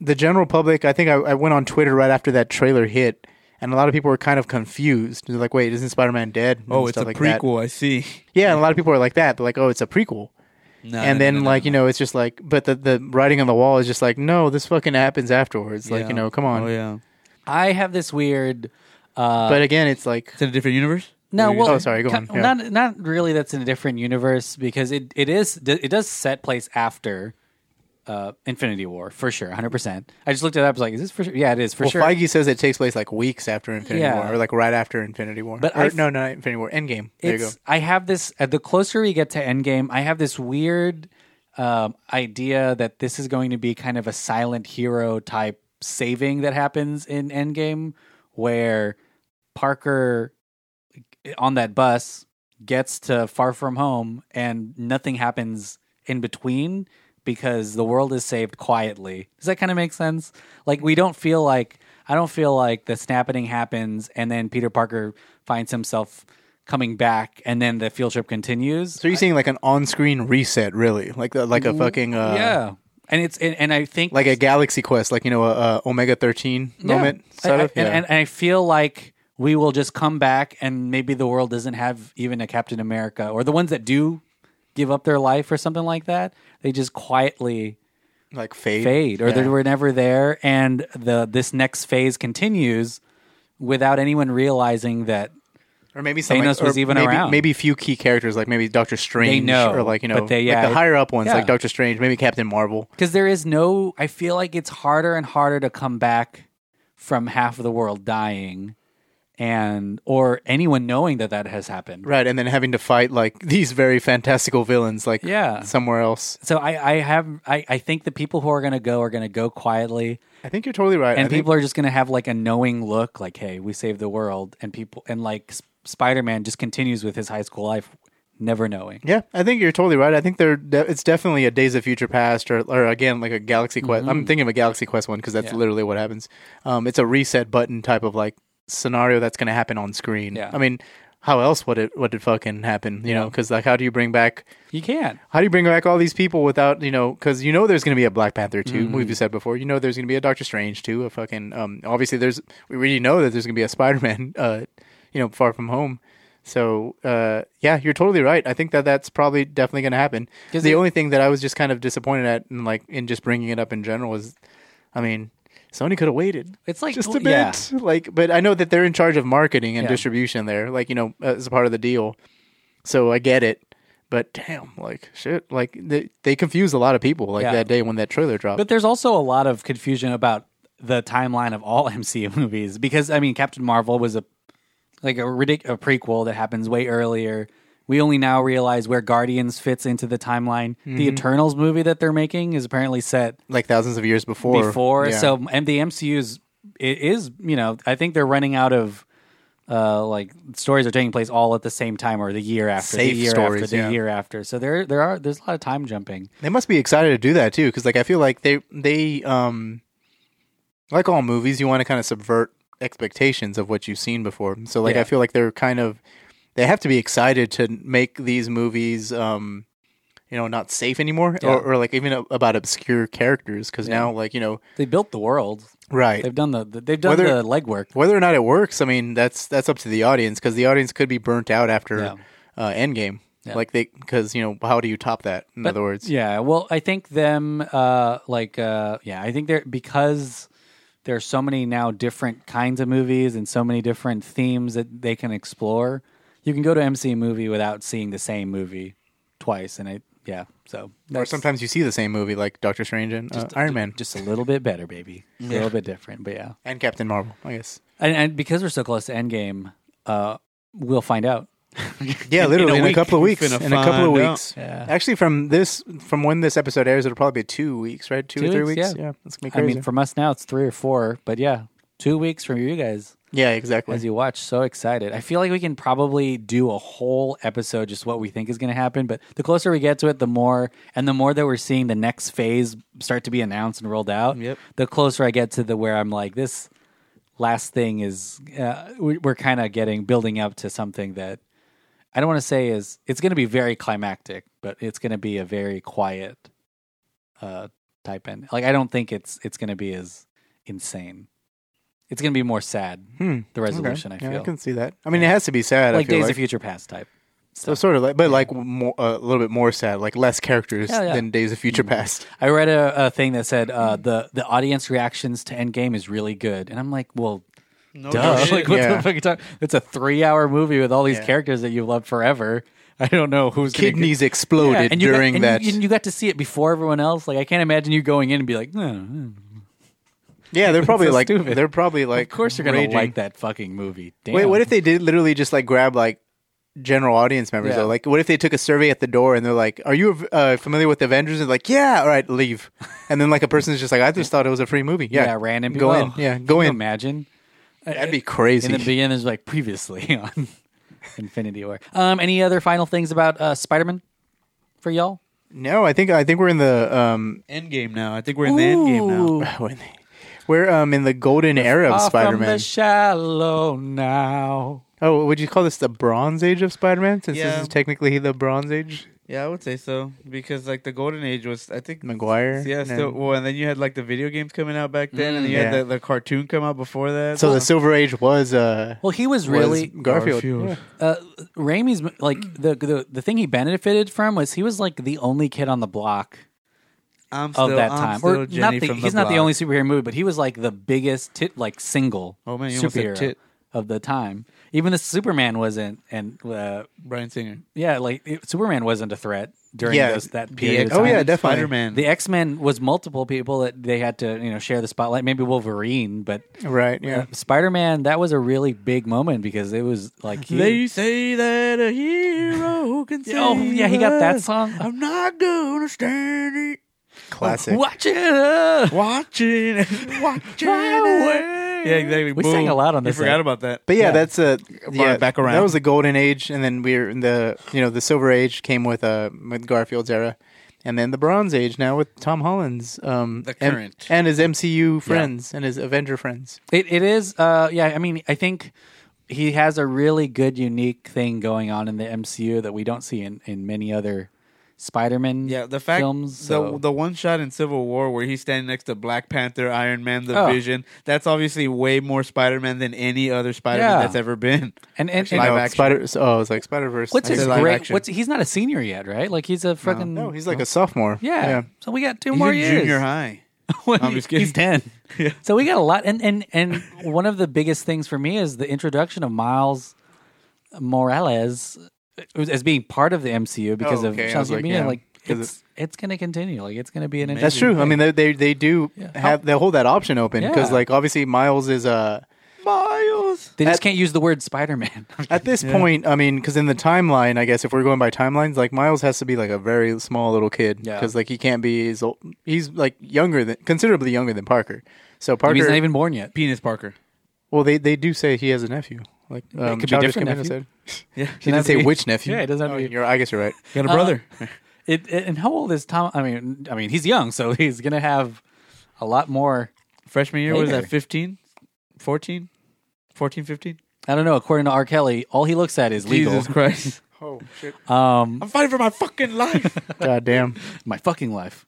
E: the general public, I think I, I went on Twitter right after that trailer hit, and a lot of people were kind of confused. They're like, wait, isn't Spider Man dead? And
F: oh, it's a
E: stuff like that.
F: prequel. I see.
E: Yeah, and a lot of people are like that. They're like, oh, it's a prequel.
F: No,
E: and
F: no,
E: then,
F: no, no, no.
E: like, you know, it's just like, but the, the writing on the wall is just like, no, this fucking happens afterwards. Like,
F: Yeah.
E: you know, come on.
F: Oh yeah,
A: I have this weird.
E: But again, it's like,
F: it's in a different universe.
A: No,
F: Or you-
A: well,
E: Oh, sorry, go
A: ki-
E: on, yeah.
A: Not, not really. That's in a different universe because it, it is it does set place after uh, Infinity War for sure, hundred percent. I just looked it up. I was like, is this for sure? Yeah, it is for
E: well,
A: sure.
E: Feige says it takes place like weeks after Infinity
A: Yeah.
E: War, or like right after Infinity War.
A: But
E: Or,
A: I f-
E: no, no, not Infinity War, Endgame. There you go.
A: it's, I have this. Uh, the closer we get to Endgame, I have this weird um, idea that this is going to be kind of a silent hero type saving that happens in Endgame, where Parker on that bus gets to Far From Home and nothing happens in between because the world is saved quietly. Does that kind of make sense? Like we don't feel like I don't feel like the snapping happens and then Peter Parker finds himself coming back and then the field trip continues.
E: So you're seeing like an on-screen reset, really, like the- like a fucking uh,
A: Mm, yeah. And it's and, and I think
E: like a Galaxy Quest, like you know, a, a Omega Thirteen moment.
A: I, I-
E: sort of.
A: and, and, and I feel like we will just come back, and maybe the world doesn't have even a Captain America, or the ones that do give up their life or something like that. They just quietly
E: like fade,
A: fade, or
E: Yeah.
A: they were never there, and the this next phase continues without anyone realizing that
E: or maybe something,
A: Thanos
E: or
A: was even
E: maybe,
A: around.
E: Maybe few key characters, like maybe Doctor Strange,
A: know,
E: or like you know,
A: but they-
E: like
A: yeah.
E: the higher up ones,
A: Yeah.
E: like Doctor Strange, maybe Captain Marvel.
A: because there is no. I feel like it's harder and harder to come back from half of the world dying, and or anyone knowing that that has happened.
E: Right, and then having to fight like these very fantastical villains, like
A: Yeah.
E: somewhere else.
A: so I, I have I, I think the people who are going to go are going to go quietly
E: I think you're totally right.
A: and
E: I think-
A: people are just going to have like a knowing look like hey we saved the world and people and like S- spider-man just continues with his high school life never knowing
E: Yeah, I think you're totally right. I think they're de- it's definitely a Days of Future Past or or again like a Galaxy Quest. I'm thinking of a Galaxy Quest one because that's
A: Mm-hmm. Yeah.
E: literally what happens. Um, it's a reset button type of like scenario that's going to happen on screen.
A: Yeah.
E: I mean, how else would it would it fucking happen? You know, 'cause know, because like how do you bring back
A: you can't
E: how do you bring back all these people without you know because you know there's going to be a black panther 2
A: Mm-hmm.
E: we've said before you know there's going to be a doctor strange 2 a fucking um obviously there's we already know that there's going to be a spider-man uh you know far from home so uh yeah you're totally right i think that that's probably definitely going to happen
A: 'Cause
E: the
A: it-
E: only thing that i was just kind of disappointed at and like in just bringing it up in general is i mean sony could have waited
A: It's like-
E: just a bit
A: yeah.
E: like but i know that they're in charge of marketing and
A: Yeah.
E: distribution there like you know as a part of the deal so I get it. But damn, like shit, like they they confused a lot of people like
A: Yeah.
E: that day when that trailer dropped.
A: but there's also a lot of confusion about the timeline of all MCU movies because I mean Captain Marvel was a like a ridic- a prequel that happens way earlier. We only now realize where Guardians fits into the timeline.
E: Mm-hmm.
A: The Eternals movie that they're making is apparently set
E: like thousands of years before.
A: before.
E: Yeah.
A: So and the MCU's it is you know I think they're running out of uh like stories are taking place all at the same time or the year after
E: Safe
A: the year after
E: stories,
A: the
E: yeah.
A: year after. So there there are there's a lot of time jumping.
E: they must be excited to do that too, because like I feel like they they um like all movies, you want to kind of subvert expectations of what you've seen before. So like
A: Yeah.
E: I feel like they're kind of they have to be excited to make these movies um you know not safe anymore
A: Yeah.
E: or, or like even a- about obscure characters because now like you know
A: They built the world.
E: right
A: They've done the they've done
E: Whether-
A: the legwork.
E: whether or not it works, I mean, that's that's up to the audience because the audience could be burnt out after
A: Yeah.
E: uh, Endgame.
A: Yeah.
E: Like they, because you know, how do you top that? In
A: But-
E: other words,
A: Yeah, well, I think them uh like uh yeah, I think they're because there's so many now different kinds of movies and so many different themes that they can explore. You can go to MC movie without seeing the same movie twice and I yeah, so
E: or
A: that's
E: sometimes you see the same movie like Doctor Strange and uh, Iron Man
A: just a little bit better, baby. A little bit different, but yeah.
E: and Captain Marvel. I guess
A: And and because we're so close to Endgame, uh we'll find out.
E: Yeah, literally in a,
F: week,
E: couple of
F: we
E: weeks.
F: finna
E: In a couple of
F: find out.
E: weeks. Actually, from this, from when this episode airs, it'll probably be two weeks, right? Two,
A: Two
E: or three
A: weeks,
E: weeks.
A: yeah.
E: Yeah, that's gonna be
A: I
E: crazy.
A: mean, from us now, it's three or four, but yeah, two weeks from you guys
E: yeah, exactly.
A: as you watch. So excited. I feel like we can probably do a whole episode just what we think is going to happen, but the closer we get to it, the more, and the more that we're seeing the next phase start to be announced and rolled out,
F: Yep.
A: the closer I get to the where I'm like, this last thing is, uh, we- we're kind of getting, building up to something that I don't want to say is, it's going to be very climactic, but it's going to be a very quiet uh, type end. Like, I don't think it's, it's going to be as insane. It's going to be more sad
E: Hmm.
A: the resolution.
E: Okay.
A: I
E: Yeah,
A: feel
E: I can see that. I mean, it has to be sad.
A: like
E: I feel
A: Days
E: like.
A: of Future Past type.
E: So
A: stuff.
E: sort of like, but like more, a little bit more sad, like less characters
A: Yeah, Mm. yeah.
E: than Days of Future Past.
A: I read a, a thing that said uh, the the audience reactions to Endgame is really good, and I'm like, well,
F: No
A: duh.
F: shit.
A: Like, what
E: Oh, Yeah.
A: the fuck? Are you talking? It's a three hour movie with all these
E: Yeah.
A: characters that you love forever. I don't know who's gonna get-
E: Kidneys
A: Yeah,
E: exploded
A: and you got-
E: during
A: and
E: that.
A: You, and you got to see it before everyone else. Like, I can't imagine you going in and be like, "No, no, no."
E: yeah, they're probably
A: so
E: like
A: stupid.
E: they're probably like.
A: of course you're gonna
E: raging.
A: like that fucking movie. Damn.
E: Wait, what if they did literally just like grab like general audience members?
A: Yeah.
E: Though? Like, what if they took a survey at the door and they're like, "Are you uh, familiar with Avengers?" And like, "Yeah, all right, leave." And then like a person's just like, "I just thought it was a free movie." Yeah,
A: yeah, random
E: Go
A: people-
E: in. Yeah,
A: Can
E: go
A: you
E: in.
A: Imagine
E: That'd be crazy.
A: in the beginning. There's like previously on Infinity War. Um, any other final things about uh, Spider Man for y'all?
E: no, I think I think we're in the um,
F: End game now. I think we're in the end game now.
E: we're in the- we're um in the golden era
A: Far From
E: of
A: the
E: Spider-Man.
A: shallow now.
E: oh, would you call this the Bronze Age of Spider-Man? Since
F: Yeah.
E: this is technically the Bronze Age,
F: Yeah, I would say so because like the golden age was, I think.
E: Maguire.
F: Yeah,
E: and-
F: so, well, and then you had like the video games coming out back then, and then you had
E: Yeah.
F: the, the cartoon come out before that.
E: so the Silver Age was uh
A: Well, he was
E: was
A: really
E: Garfield.
F: Garfield.
E: Yeah.
A: uh, Raimi's like the, the the thing he benefited from was he was like the only kid on the block
F: I'm
A: of
F: still,
A: that
F: I'm
A: time,
F: still
A: or
F: Jenny
A: not the,
F: from
A: he's
F: the
A: not the
F: block.
A: only superhero movie, but he was like the biggest tit like single
F: Oh, man, you almost said
A: superhero
F: tit.
A: of the time. Even the Superman wasn't, and uh,
F: Brian Singer.
A: yeah, like it, Superman wasn't a threat during
E: Yeah.
A: those, that
F: The
A: period. of
F: X-
E: Oh,
A: time.
E: yeah, definitely.
F: Spider-Man.
A: The X Men was multiple people that they had to you know share the spotlight. Maybe Wolverine, but
E: Right. Yeah.
A: Spider Man that was a really big moment because it was like he,
F: They say that a hero can save
A: oh yeah he got that
F: us.
A: song.
F: I'm not gonna stand it.
E: Classic.
A: Watch it. uh,
F: Watching it. Watching it. Yeah, exactly.
A: We sang
F: Boom.
A: a lot on
F: You
A: this
F: forgot
A: app.
F: about that.
E: But yeah,
A: Yeah.
E: that's a yeah,
F: it back around.
E: That was the golden age, and then we're in the you know the silver age came with uh with Garfield's era, and then the bronze age now with Tom Holland's um
F: The
E: and-
F: current.
E: and, his MCU friends and his Avenger friends.
A: It it is. Uh, yeah. I mean, I think he has a really good, unique thing going on in the MCU that we don't see in, in many other Spider-Man.
F: Yeah, the fact
A: films. so-
F: the the one shot in Civil War where he's standing next to Black Panther, Iron Man, the
A: Oh.
F: Vision. That's obviously way more Spider Man than any other Spider Man
A: Yeah.
F: that's ever been.
A: and and,
E: You
A: and
E: know,
F: action.
E: Spider. Oh, it's like Spider Verse.
A: what's his
F: It's live
A: great?
F: action. Oh.
A: What's he's not a senior yet, right? Like he's a fucking.
E: No, he's like a sophomore.
A: yeah. So we got two
F: He's
A: more
F: in
A: years.
F: junior high. Um,
A: When
F: I'm
A: he-
F: just kidding.
A: He's ten. So we got a lot, and and and one of the biggest things for me is the introduction of Miles Morales as being part of the MCU because
E: Oh, okay. I
A: of Sean
E: was like,
A: Bean.
E: yeah.
A: Like
E: 'Cause
A: it's it's going to continue. Like it's going to be an
E: That's true. I mean, they they, they do have they hold that option open because
A: Yeah.
E: like obviously Miles is uh
F: Miles.
A: They just
E: At-
A: can't use the word Spider Man.
E: At this point, I mean, because in the timeline, I guess if we're going by timelines, like Miles has to be like a very small little kid
A: Yeah.
E: because like he can't be as old. He's like younger than considerably younger than Parker. So Parker,
A: He's not even born yet.
F: Penis Parker.
E: well, they they do say he has a nephew. Like um,
A: could be
E: Childish
A: different
E: Gambino
A: nephew.
E: said.
F: Yeah.
E: He didn't
A: have to
E: say
A: be-
E: which nephew.
A: Yeah, it doesn't have
E: Oh,
A: to be-
E: you're- I guess you're right.
F: Got a brother.
A: It, it- and how old is Tom? I mean, I mean, he's young, so he's going to have a lot more.
F: Freshman year, what was
A: Later.
F: that, 15? 14? 14, 15?
A: I don't know. According to R. Kelly, all he looks at is legal.
F: Jesus Christ.
E: Oh shit!
A: Um,
F: I'm fighting for my fucking life.
E: God damn!
A: my fucking life.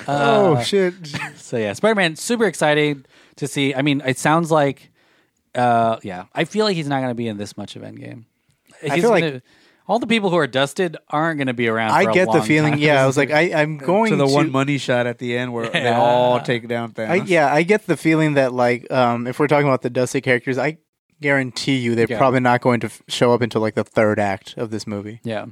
A: Uh,
E: oh shit!
A: So yeah, Spider Man, super excited to see. I mean, it sounds like, uh, yeah, I feel like he's not going to be in this much of Endgame. He's
E: feel like-
A: gonna- all the people who are dusted aren't going to be around. for
E: I
A: a
E: get the
A: long
E: feeling.
A: time.
E: Yeah, I was like, I, I'm going
F: to the one money shot at the end where they
A: Yeah.
F: all take down Thanos.
E: I, yeah, I get the feeling that like um, if we're talking about the Dusty characters, I guarantee you they're
A: Yeah.
E: probably not going to f- show up until like the third act of this movie.
A: yeah,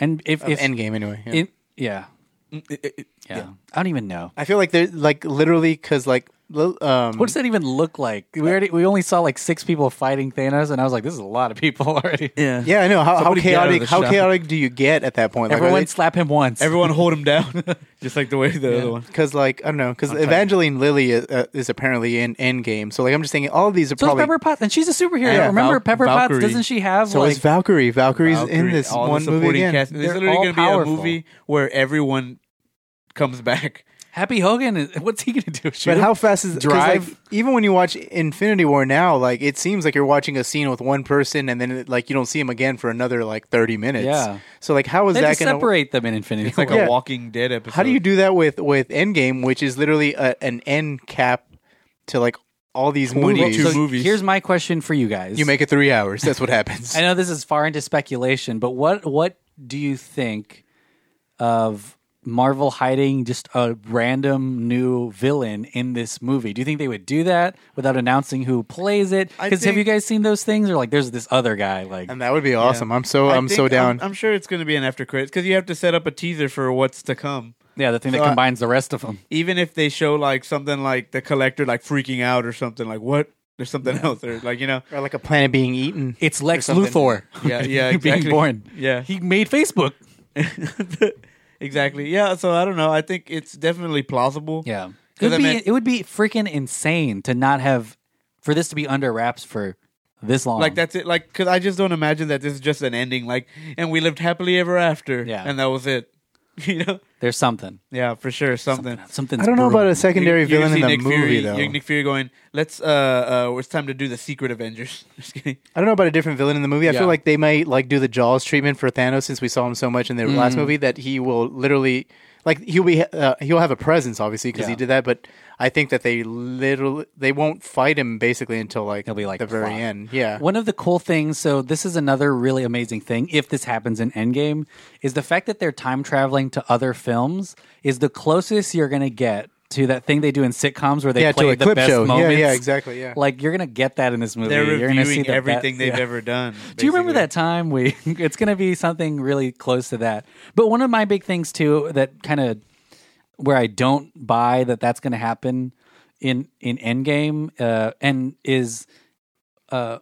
A: and if if
E: Endgame Mm, anyway. yeah.
A: in- yeah,
F: It- it- it-
A: yeah, I don't even know.
E: I feel like they're like literally because like Lo- Um,
A: What does that even look like? We already we only saw like six people fighting Thanos, and I was like, this is a lot of people already.
F: Yeah.
E: yeah, I know. How, how
F: Somebody get out of
E: chaotic?
F: the
E: How
F: shop.
E: chaotic do you get at that point?
A: Everyone slap him once.
F: Everyone hold him down, just like the way the other one.
E: because like I don't know, because Evangeline Lilly is, uh, is apparently in Endgame. So like I'm just thinking, all of these are
A: so is
E: probably.
A: Pepper Potts, and she's a superhero.
E: Yeah.
A: Remember
F: Val-
A: Pepper
F: Valkyrie.
A: Potts? Doesn't she have
E: so
A: like
E: is Valkyrie. Valkyrie's in
F: Valkyrie,
E: this
F: all the
E: one movie
F: supporting
E: again.
F: Cast. There's
A: They're
F: literally
A: all
F: going to be
A: powerful.
F: a movie where everyone comes back.
A: Happy Hogan? is- What's he gonna do? Shoot
E: But
A: him?
E: how fast is 'cause, Like,
A: Drive?
E: even when you watch Infinity War now, like it seems like you're watching a scene with one person, and then it, like you don't see him again for another like 30 minutes.
A: Yeah.
E: So like, how is
A: they
E: that
A: just
E: going to
A: separate them in Infinity
F: It's like
A: War.
E: Yeah.
F: a Walking Dead episode.
E: How do you do that with with Endgame, which is literally a, an end cap to like all these movies?
A: So
F: movies.
A: here's my question for you guys.
E: you make it three hours. That's what happens.
A: I know this is far into speculation, but what what do you think of Marvel hiding just a random new villain in this movie? Do you think they would do that without announcing who plays it?
F: I
A: Because have
F: think-
A: you guys seen those things? Or like, there's this other guy. Like,
E: and that would be awesome. I'm so
F: I
E: I'm so
F: think-
E: down.
F: I'm, sure it's going to be an after credits because you have to set up a teaser for what's to come.
A: yeah, the thing that
F: Uh,
E: So I-
A: combines the rest of them.
F: Even if they show like something like the collector like freaking out or something like what there's something else or like you know
E: or like a planet being eaten.
A: It's Lex
E: something.
A: Luthor.
F: Yeah, yeah,
A: being
F: exactly.
A: born.
F: Yeah.
A: he made Facebook.
F: exactly yeah. So I don't know. I think it's definitely plausible.
A: Yeah, it
F: 'Cause
A: would
F: I
A: be
F: mean-
A: it would be freaking insane to not have for this to be under wraps for this long.
F: Like that's it. Like because I just don't imagine that this is just an ending. Like and we lived happily ever after.
A: Yeah.
F: and that was it. You know.
A: there's something.
F: Yeah, for sure. Something.
A: Something's
E: I don't know about
A: brewing.
E: a secondary
F: You- you
E: villain in
F: see
E: the
F: Nick
E: movie
F: Fury,
E: though.
F: you- Nick Fury going. Let's. Uh, uh, it's time to do the Secret Avengers. Just kidding.
E: I don't know about a different villain in the movie. I
F: Yeah.
E: feel like they might like do the Jaws treatment for Thanos since we saw him so much in the
A: Mm-hmm.
E: last movie that he will literally like he'll be uh, he'll have a presence obviously because he
A: Yeah.
E: did that. But I think that they literally they won't fight him basically until like
A: He'll be like
E: the very
A: plot.
E: end. Yeah,
A: One of the cool things, so this is another really amazing thing, if this happens in Endgame, is the fact that they're time traveling to other films is the closest you're going to get to that thing they do in sitcoms where they
E: Yeah, to
A: play
E: a
A: the
E: clip
A: best
E: show. Yeah,
A: moments.
E: yeah, exactly, yeah.
A: Like you're going to get that in this movie.
F: They're
A: You're gonna see
F: reviewing
A: the
F: everything
A: best-
F: they've
A: yeah.
F: ever done.
A: Do you remember
F: basically.
A: that time we? It's going to be something really close to that. But one of my big things too that kind of where I don't buy that that's going to happen in in Endgame uh, and is uh,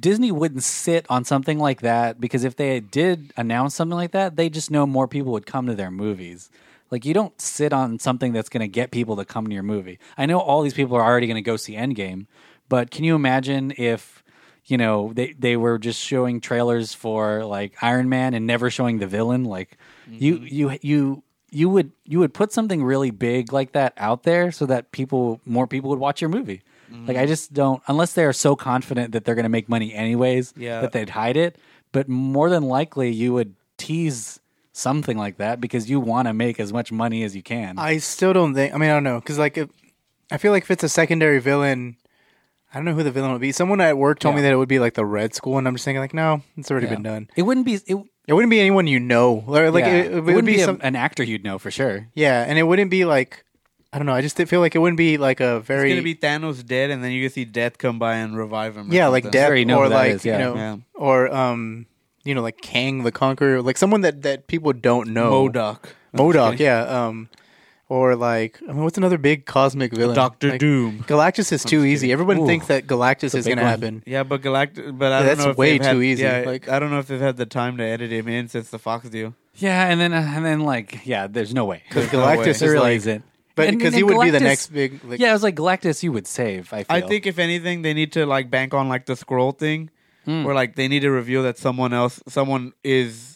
A: Disney wouldn't sit on something like that because if they did announce something like that, they just know more people would come to their movies. Like you don't sit on something that's going to get people to come to your movie. I know all these people are already going to go see Endgame, but can you imagine if you know they they were just showing trailers for like Iron Man and never showing the villain? Like you you you you would you would put something really big like that out there so that people more people would watch your movie. Like I just don't unless they are so confident that they're going to make money anyways
F: Yeah.
A: that they'd hide it, but more than likely you would tease something like that because you want to make as much money as you can.
E: I still don't think. I mean, I don't know because like if, I feel like if it's a secondary villain. I don't know who the villain would be. Someone at work told me
A: Yeah.
E: that it would be like the Red School, and I'm just thinking like, no, it's already
A: Yeah.
E: been done.
A: It wouldn't be it,
E: It wouldn't be anyone you know. Or, Like
A: yeah.
E: it, it would
A: wouldn't
E: be,
A: be, a-
E: some,
A: an actor you'd know for sure.
E: Yeah, and it wouldn't be like I don't know. I just did feel like it wouldn't be like a
F: It's
E: very
F: gonna be Thanos dead, and then you can see Death come by and revive him. or
E: yeah like
F: something.
E: death
A: already know
E: or
A: who that
E: like
A: is,
E: you
A: yeah.
E: know
F: Yeah.
E: or um you know like Kang the Conqueror like someone that that people don't know
F: Modoc.
E: Modoc yeah um or like I mean what's another big cosmic villain
F: Doctor
E: Like,
F: Doom.
E: Galactus is too easy. Everyone thinks that Galactus
A: big
E: is going to
A: one.
E: happen.
F: Yeah, but Galactus. But I don't
E: that's
F: know if
E: way
F: they've had-
E: too easy.
F: Yeah,
E: Like-
F: I don't know if they've had the time to edit him in since the Fox deal.
A: Yeah, and then uh, and then like yeah, there's no way.
E: Because
F: no way.
E: Galactus
A: There
E: is
A: really
E: like,
A: isn't.
E: but
A: And-
E: because
A: and
E: he would be the
A: Galactus-
E: next big. Like,
A: yeah, I was like Galactus, you would save. I feel.
F: I think if anything, they need to like bank on like the scroll thing,
A: Hmm.
F: where like they need to reveal that someone else, someone is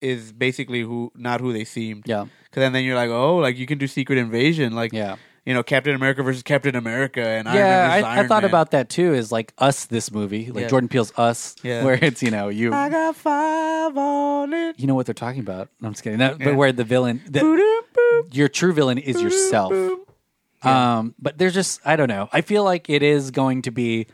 F: is basically who not who they seemed.
A: Yeah.
F: Because then, then you're like, oh, like you can do Secret Invasion, like
A: Yeah.
F: you know, Captain America versus Captain America, and Iron Man
A: yeah,
F: versus
A: I, I
F: Iron
A: thought
F: Man.
A: about that too. Is like us this movie, like
F: Yeah.
A: Jordan Peele's Us,
F: Yeah.
A: where it's you know you
F: I got five on it.
A: you know what they're talking about. No, I'm just kidding. No,
F: Yeah.
A: But where the villain, the,
F: Boop, boop,
A: your true villain is yourself.
F: boop.
A: Um, but there's just I don't know. I feel like it is going to be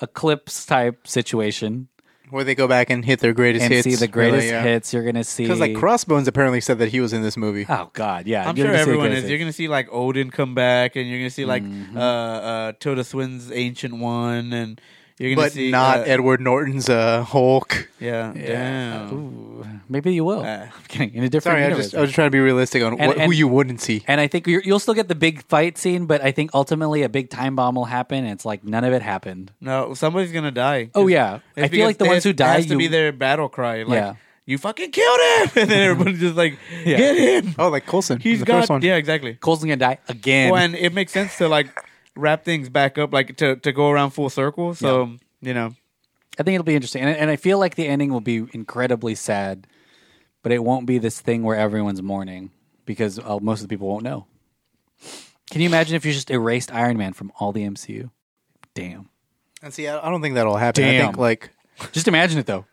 A: a clips type situation
E: where they go back and hit their greatest
A: and
E: hits.
A: see the greatest
E: really, yeah.
A: hits. You're gonna see
E: Because like Crossbones apparently said that he was in this movie.
F: Ah,
A: oh god, yeah.
F: I'm
A: you're gonna see
F: sure
A: the
F: everyone
A: greatest
F: is. You're
A: hits.
F: gonna see like Odin come back, and you're gonna see like
A: Mm-hmm.
F: uh, uh, Tilda Swinton's Ancient One, and you're gonna
E: but
F: see
E: not
F: uh,
E: Edward Norton's uh, Hulk.
F: Yeah, damn.
A: Ooh. maybe you will.
F: Uh,
A: I'm kidding. In a different
E: Sorry, I
A: universe.
E: just I was just trying to be realistic on what,
A: and-
E: who you wouldn't see.
A: and I think you're, you'll still get the big fight scene, but I think ultimately a big time bomb will happen, and it's like none of it happened.
F: No, somebody's gonna die.
A: Oh, yeah. I feel
F: because
A: like the ones who
F: it has
A: die,
F: to be
A: you-
F: their battle cry. Like,
A: Yeah.
F: you fucking killed him, and then everybody's just like, get him.
E: Oh, like Coulson.
F: He's
E: the
F: got
E: first one.
F: yeah, exactly.
A: Cole's gonna die again.
F: Well, and it makes sense to like wrap things back up, like to to go around full circle. So you know,
A: I think it'll be interesting, and, and I feel like the ending will be incredibly sad, but it won't be this thing where everyone's mourning because uh, most of the people won't know. Can you imagine if you just erased Iron Man from all the MCU? Damn.
E: And see, I I don't think that'll happen. I
A: Damn.
E: think like
A: Just imagine it though.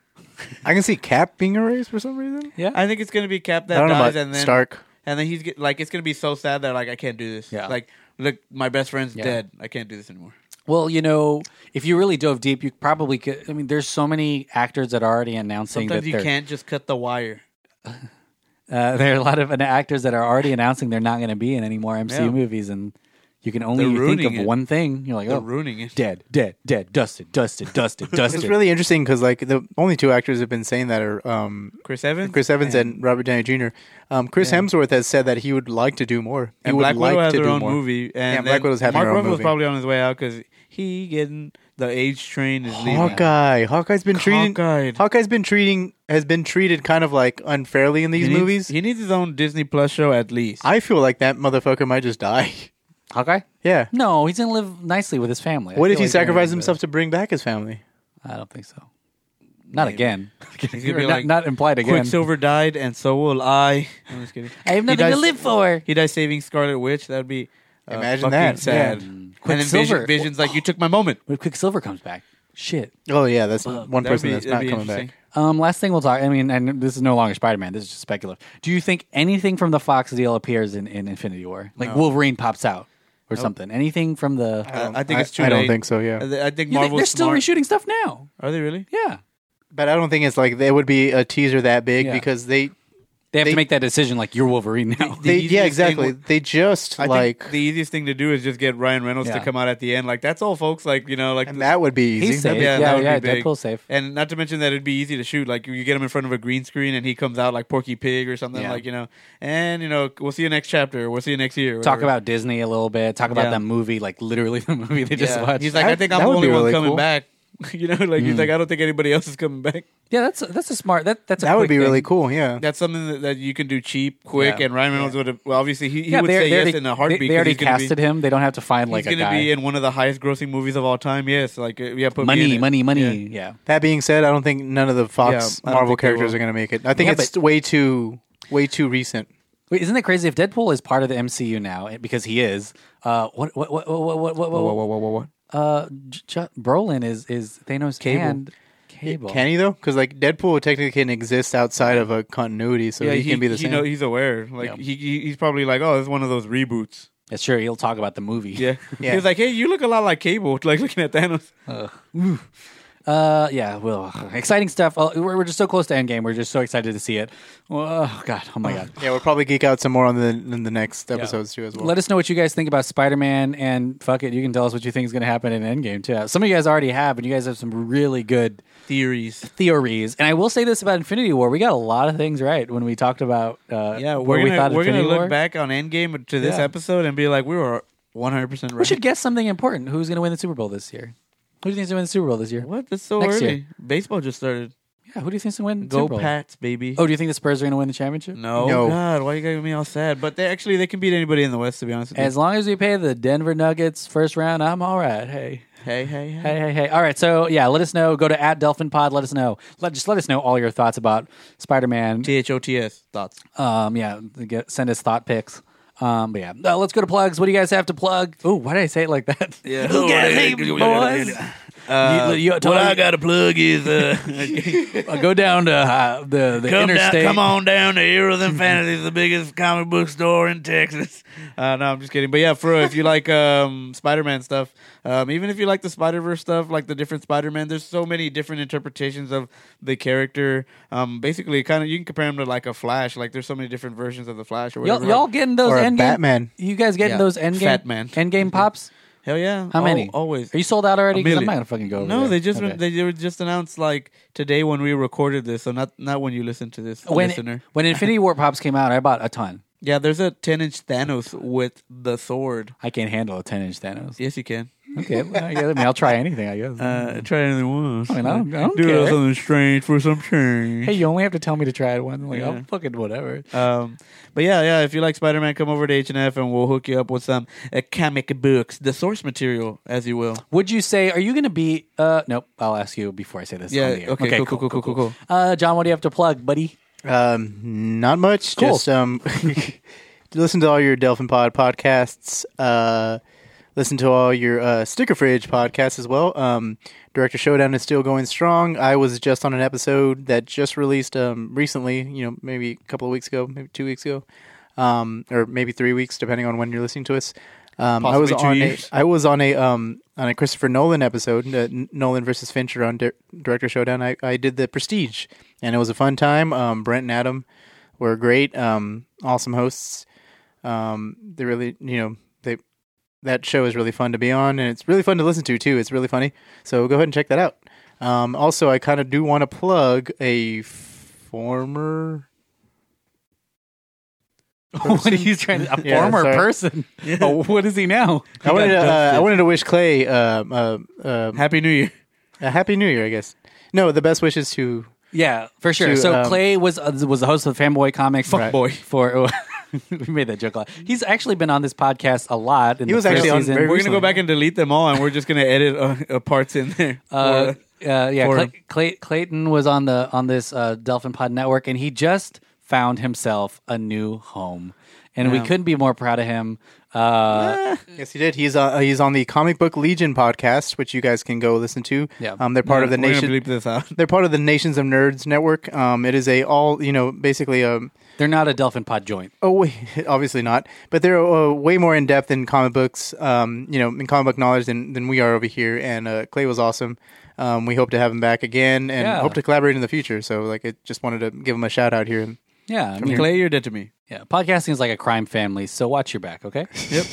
E: I can see Cap being erased for some reason.
F: I think it's gonna be Cap
E: I
F: that
E: don't know
F: dies,
E: about
F: and then
E: Stark.
F: and then he's get, like, it's gonna be so sad that like I can't do this.
A: Yeah.
F: Like, look, my best friend's
A: Yeah.
F: dead. I can't do this anymore.
A: Well, you know, if you really dove deep, you probably could. I mean, there's so many actors that are already announcing
F: Sometimes
A: that
F: you
A: they're
F: can't just cut the wire.
A: Uh, there are a lot of actors that are already announcing they're not going to be in any more MCU
F: Yeah.
A: movies, and you can only
F: They're
A: think of
F: ruining it.
A: one thing. You're like,
F: They're
A: oh,
F: ruining it.
A: dead, dead, dead, dusted, dusted, dusted,
E: It's
A: dusted.
E: really interesting because like the only two actors who've been saying that are um,
F: Chris Evans.
E: Chris Evans and Robert Downey Jr. Um, Chris Hemsworth has said that he would like to do more. He
F: and
E: would
F: Black Widow
E: like
F: has
E: to
F: her
E: do
F: own
E: more.
F: movie. And
E: Yeah,
F: then
E: Black Widow's having
F: Mark
E: her own
F: Ruffalo's
E: movie.
F: probably on his way out because he getting the age train is leaving.
E: Hawkeye. Hawkeye's been treated.
F: Hawkeye.
E: Hawkeye's been treating has been treated kind of like unfairly in these
F: He needs-
E: movies.
F: He needs his own Disney Plus show at least.
E: I feel like that motherfucker might just die.
A: Hawkeye?
E: yeah.
A: No, he's going to live nicely with his family. I
E: What if
A: feel
E: he
A: like they're gonna
E: sacrificed
A: do
E: himself to bring back his family?
A: that. I don't think so. Not again.
F: He's gonna be
A: not,
F: like,
A: not implied again.
F: Quicksilver died, and so will I. I'm just kidding.
A: I have
F: He
A: nothing to
F: dies-
A: live for.
F: He dies saving Scarlet Witch. That would be uh,
E: Imagine
F: fucking
E: that.
F: Sad.
E: Yeah.
F: And then
A: Quicksilver.
F: Vision, Vision's like, you took my moment.
A: What if Quicksilver comes back? Shit.
E: Oh yeah, that's one
F: That'd
E: person
F: be-
E: that's
F: that'd
E: not
F: be
E: coming back.
F: interesting.
A: Um, last thing we'll talk. I mean, and this is no longer Spider Man. This is just speculative. Do you think anything from the Fox deal appears in, in Infinity War? Like Wolverine pops out or something? Anything from the?
F: I, Um, I think
E: I-
F: it's too
E: I don't
F: late.
E: think so, yeah.
F: I th- I think
A: You think
F: Uh, Marvel's
A: they're still
F: smart.
A: reshooting stuff now.
F: Are they really?
A: Yeah,
E: But I don't think it's like it would be a teaser that big
A: Yeah.
E: because they,
A: they have
E: They-
A: to make that decision. Like you're Wolverine now.
E: they
F: easiest
E: yeah
F: thing
E: exactly
F: would-
E: they just
F: I
E: like
F: think the easiest thing to do is just get Ryan Reynolds
A: Yeah.
F: to come out at the end. Like that's all, folks. Like you know, like
E: and that would be easy.
A: He's safe.
E: That'd be-
A: Yeah,
F: Yeah,
A: yeah,
F: that would be big.
A: Deadpool's safe.
F: And not to mention that it'd be easy to shoot. Like you get him in front of a green screen, and he comes out like Porky Pig or something.
A: Yeah.
F: Like you know, and you know, we'll see you next chapter. We'll see you next year.
A: Talk
F: whatever.
A: about Disney a little bit. Talk about
F: Yeah.
A: that movie, like literally the movie they just
F: Yeah.
A: watched.
F: He's like,
E: That-
F: I think
E: that
F: I'm the
E: would be
F: only one
E: really
F: coming
E: cool.
F: back. you know, like he's like, I don't think anybody else is coming back.
A: yeah, that's that's a smart. That that's a
E: that would
A: quick
E: be really
A: thing.
E: cool. Yeah,
F: That's something that, that you can do cheap, quick,
A: Yeah.
F: and Ryan Reynolds would have. Well, obviously, he, he
A: Yeah,
F: would
A: they, they
F: say yes
A: already,
F: in a heartbeat.
A: They,
F: 'cause
A: they already
F: he's gonna be-
A: casted him. They don't have to find like
F: He's
A: a
F: going to
A: guy.
F: be in one of the highest grossing movies of all time. Yes, like uh, yeah, put me in
A: money, money,
F: it.
A: money.
F: Yeah.
A: Yeah.
E: That being said, I don't think none of the Fox
F: Yeah, I don't
E: Marvel
F: think they
E: characters
F: will.
E: are going to make it. I think
A: Yeah,
E: it's way too way too recent.
A: Wait, isn't that crazy? If Deadpool is part of the MCU now, it- because he is, uh, what, what, what, what, what, what, what, what, uh, J- J- Brolin is is Thanos and Cable.
E: Can he though? Because like Deadpool technically can exist outside of a continuity, so
F: Yeah,
E: he, can be the same.
F: know- he's aware. Like
A: Yeah.
F: he, he, he's probably like, oh, it's one of those reboots.
A: Yeah, sure, he'll talk about the movie.
F: Yeah.
E: Yeah.
F: He was like, hey, you look a lot like Cable, like looking at Thanos.
A: Uh, yeah, well, exciting stuff. Uh, we're, we're just so close to Endgame. We're just so excited to see it. Oh, God. Oh, my God.
E: yeah, we'll probably geek out some more on the in the next episodes too as well.
A: Let us know what you guys think about Spider Man, and fuck it, you can tell us what you think is going to happen in Endgame, too. Some of you guys already have, and you guys have some really good
F: Theories.
A: theories. And I will say this about Infinity War we got a lot of things right when we talked about uh,
F: Yeah,
A: where
F: we're
A: we
F: gonna
A: thought
F: we are gonna
A: Infinity
F: look
A: War.
F: back on Endgame to this
A: Yeah.
F: episode and be like, we were 100 percent right.
A: We should guess something important. Who's going to win the Super Bowl this year? Who do you think's going to win the Super Bowl this year?
F: What? That's so
A: Next
F: early.
A: year.
F: Baseball just started.
A: Yeah, who do you think's going to win? the
F: Go
A: Super Bowl?
F: Pats, baby.
A: Oh, do you think the Spurs are going to win the championship?
F: no.
E: No.
F: God, why you got me all sad? But they actually they can beat anybody in the West. To be honest with you.
A: As long as we pay the Denver Nuggets first round, I'm all right. Hey.
F: hey, hey, hey.
A: Hey, hey, hey. All right. So, yeah, let us know. Go to at Delphin Pod. Let us know. Let, just let us know all your thoughts about Spider Man.
F: T H O T S thoughts.
A: Um, yeah, get, send us thought pics. Um, but yeah, Uh, let's go to plugs. What do you guys have to plug? Oh, why did I say it like that?
F: Yeah.
A: Who got it, boys?
F: Uh,
A: You- you-
F: what I got to plug is uh,
A: Uh, go down to uh, the, the
F: come, down,
A: interstate.
F: come on down to Heroes and Fantasies, the biggest comic book store in Texas. Uh, no, I'm just kidding. But yeah, for real, if you like um, Spider-Man stuff, um, even if you like the Spider-Verse stuff, like the different Spider-Man, there's so many different interpretations of the character. Um, basically, kind of you can compare him to like a Flash. Like there's so many different versions of the Flash or whatever.
A: Y'all, y'all
F: like,
A: getting those
E: Or a
A: endgame?
E: Batman.
A: You guys getting
F: Yeah.
A: those endgame?
F: Fat man.
A: Endgame pops.
F: Hell yeah!
A: How
F: Al-
A: many?
F: always.
A: Are you sold out already? 'Cause I'm
F: million.
A: not gonna fucking go. Over
F: no,
A: there.
F: they just
A: Okay.
F: they, were just announced like today when we recorded this, so not not when you listen to this
A: when
F: listener.
A: when Infinity War pops came out, I bought a ton.
F: Yeah, there's a 10 inch Thanos with the sword.
A: I can't handle a 10 inch Thanos.
F: Yes, you can.
A: Okay, well, I, guess, I mean, I'll try anything. I guess.
F: Uh, try anything once.
A: mean, Mm. I don't- I don't
F: Do
A: care.
F: something strange for some change.
A: hey, you only have to tell me to try it once. I'm like,
F: Yeah.
A: oh, fucking whatever.
F: Um, but yeah, yeah. If you like Spider Man, come over to H and F, and we'll hook you up with some uh, comic books, the source material, as you will.
A: Would you say, are you going to be? Uh, nope. I'll ask you before I say this.
F: Yeah,
A: on the air.
F: okay, cool, cool, cool, cool,
A: Uh, John, what do you have to plug, buddy?
E: Um, not much.
A: Cool.
E: Just um, listen to all your Delphin Pod podcasts. Uh, listen to all your uh, Sticker Fridge podcasts as well. Um, Director Showdown is still going strong. I was just on an episode that just released um, recently. You know, maybe a couple of weeks ago, maybe two weeks ago, um, or maybe three weeks, depending on when you're listening to us. Um, I was
F: Possibly two
E: on a,
F: years.
E: I was on a um on a Christopher Nolan episode, uh, N- Nolan versus Fincher on Dir- Director Showdown. I, I did the Prestige, and it was a fun time. Um, Brent and Adam were great, um, awesome hosts. Um, they really, you know, they that show is really fun to be on, and it's really fun to listen to too. It's really funny, so go ahead and check that out. Um, also, I kind of do want to plug a former
A: what are you trying to? A
E: Yeah,
A: former
E: sorry.
A: person. Oh, what is he now?
E: I wanted to, uh, I wanted to wish Clay um, uh, um,
F: Happy New Year.
E: a happy New Year, I guess. No, the best wishes to
A: Yeah, for sure.
E: To,
A: so
E: um,
A: Clay was uh, was the host of Fanboy Comics.
E: Right. Fuckboy.
A: For we made that joke a lot. He's actually been on this podcast a lot. In
E: He
A: the
E: was
A: first
E: actually on
A: season.
E: very
F: We're gonna
E: Recently.
F: go back and delete them all, and we're just gonna edit uh, uh, parts in there.
A: uh, uh, yeah,
F: for
A: Clay,
F: him.
A: Clay, Clayton was on the on this uh, Delphin Pod Network, and he just found himself a new home, and we couldn't be more proud of him. Uh,
E: Yes, he did. He's uh, he's on the Comic Book Legion podcast, which you guys can go listen to.
A: Yeah.
E: um, they're part of the
F: We're gonna
E: nation.
F: bleep this out.
E: They're part of the Nations of Nerds network. Um, it is a all you know, basically um
A: they're not a Delphin Pod joint.
E: Oh, wait, obviously not. But they're uh, way more in depth in comic books, um, you know, in comic book knowledge than, than we are over here. And uh, Clay was awesome. Um, we hope to have him back again, and
A: Yeah.
E: hope to collaborate in the future. So, like, I just wanted to give him a shout out here.
A: Yeah, I mean,
F: Clay, you're dead to me.
A: yeah, podcasting is like a crime family, so watch your back, okay?
F: Yep.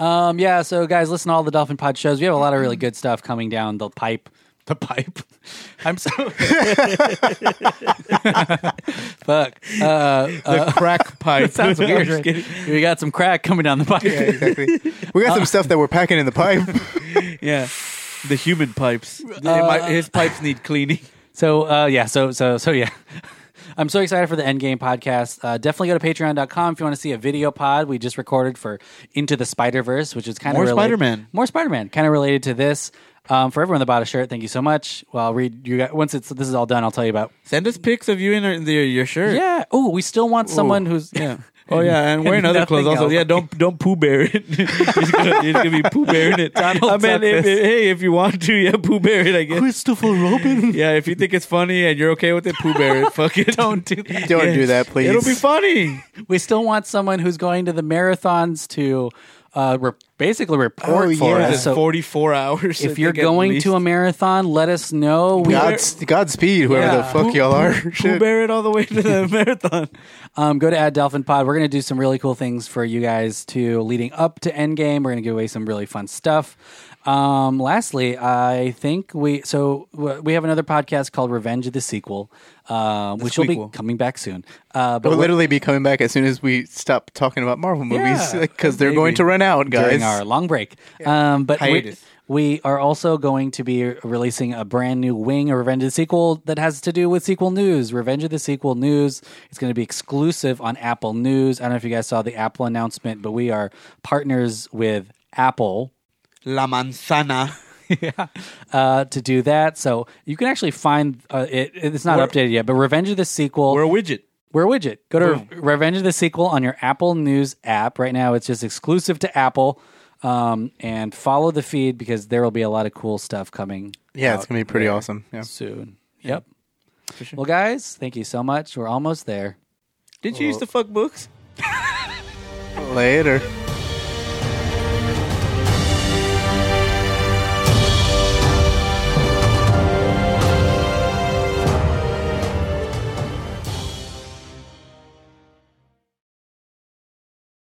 A: Um, yeah, so guys, listen to all the Dolphin Pod shows. We have a lot of really good stuff coming down the pipe. The pipe. I'm so fuck. Uh,
F: The crack pipe
A: sounds
F: I'm
A: weird.
F: just kidding.
A: we got some crack coming down the pipe.
E: Exactly. we
A: Uh,
E: got some stuff that we're packing in the pipe.
F: Yeah, the human pipes. They might- his pipes need cleaning.
A: So uh, yeah, so so so yeah. I'm so excited for the Endgame podcast. Uh, definitely go to patreon.com if you want to see a video pod we just recorded for Into the Spider Verse, which is kind of
F: More Spider-Man.
A: More Spider Man, kind of related to this. Um, for everyone that bought a shirt, thank you so much. Well, I'll read you guys, once it's this is all done. I'll tell you about.
F: Send us pics of you in, in the, your shirt.
A: Yeah. Oh, we still want someone who's
F: Yeah. Oh yeah, and wearing other
A: nothing
F: clothes also.
A: else.
F: Yeah, don't don't poo bear it. you're, just gonna, you're just gonna be poo bearing it. I
A: Donald
F: mean, if,
A: Tuck this.
F: hey, if you want to, yeah, poo bear it. I guess.
A: Christopher Robin.
F: Yeah, if you think it's funny and you're okay with it, poo bear it. Fuck it.
A: Don't do that.
E: Don't do that, please.
F: It'll be funny.
A: We still want someone who's going to the marathons to uh, re- basically report
E: Oh,
A: for
E: yeah.
A: us.
F: It's
A: So
F: 44 hours. I
A: if you're
F: think, at
A: going
F: least.
A: to a marathon, let us know. We
E: God's, Godspeed, whoever the
A: Yeah.
E: fuck y'all are.
F: poo
E: Shit.
F: bear it all the way to the marathon.
A: um, go to Ad Dolphin Pod. We're going to do some really cool things for you guys too, leading up to Endgame. We're going to give away some really fun stuff. Um, lastly, I think we so w- we have another podcast called Revenge of the Sequel, uh, which will be
F: squeakquel.
A: coming back soon. Uh, but
E: We'll
A: we're-
E: literally be coming back as soon as we stop talking about Marvel movies
A: Yeah,
E: because they're
A: maybe.
E: going to run out, guys.
A: during our long break. Um, but we,
F: Hiatus.
A: we are also going to be releasing a brand new wing, a Revenge of the Sequel, that has to do with sequel news. Revenge of the Sequel news. It's going to be exclusive on Apple News. I don't know if you guys saw the Apple announcement, but we are partners with Apple.
F: La manzana.
A: Uh, to do that, so you can actually find uh, it. It's not updated yet, but Revenge of the Sequel.
F: We're a widget.
A: We're a widget. Go to Revenge of the Sequel on your Apple News app. Right now, it's just exclusive to Apple. Um, and follow the feed because there will be a lot of cool stuff coming
E: yeah, it's gonna be pretty awesome. Yeah.
A: soon. Yep. Well, guys, thank you
F: Uh-huh.
A: so much. We're almost there.
F: Didn't you used to fuck books?
E: Later.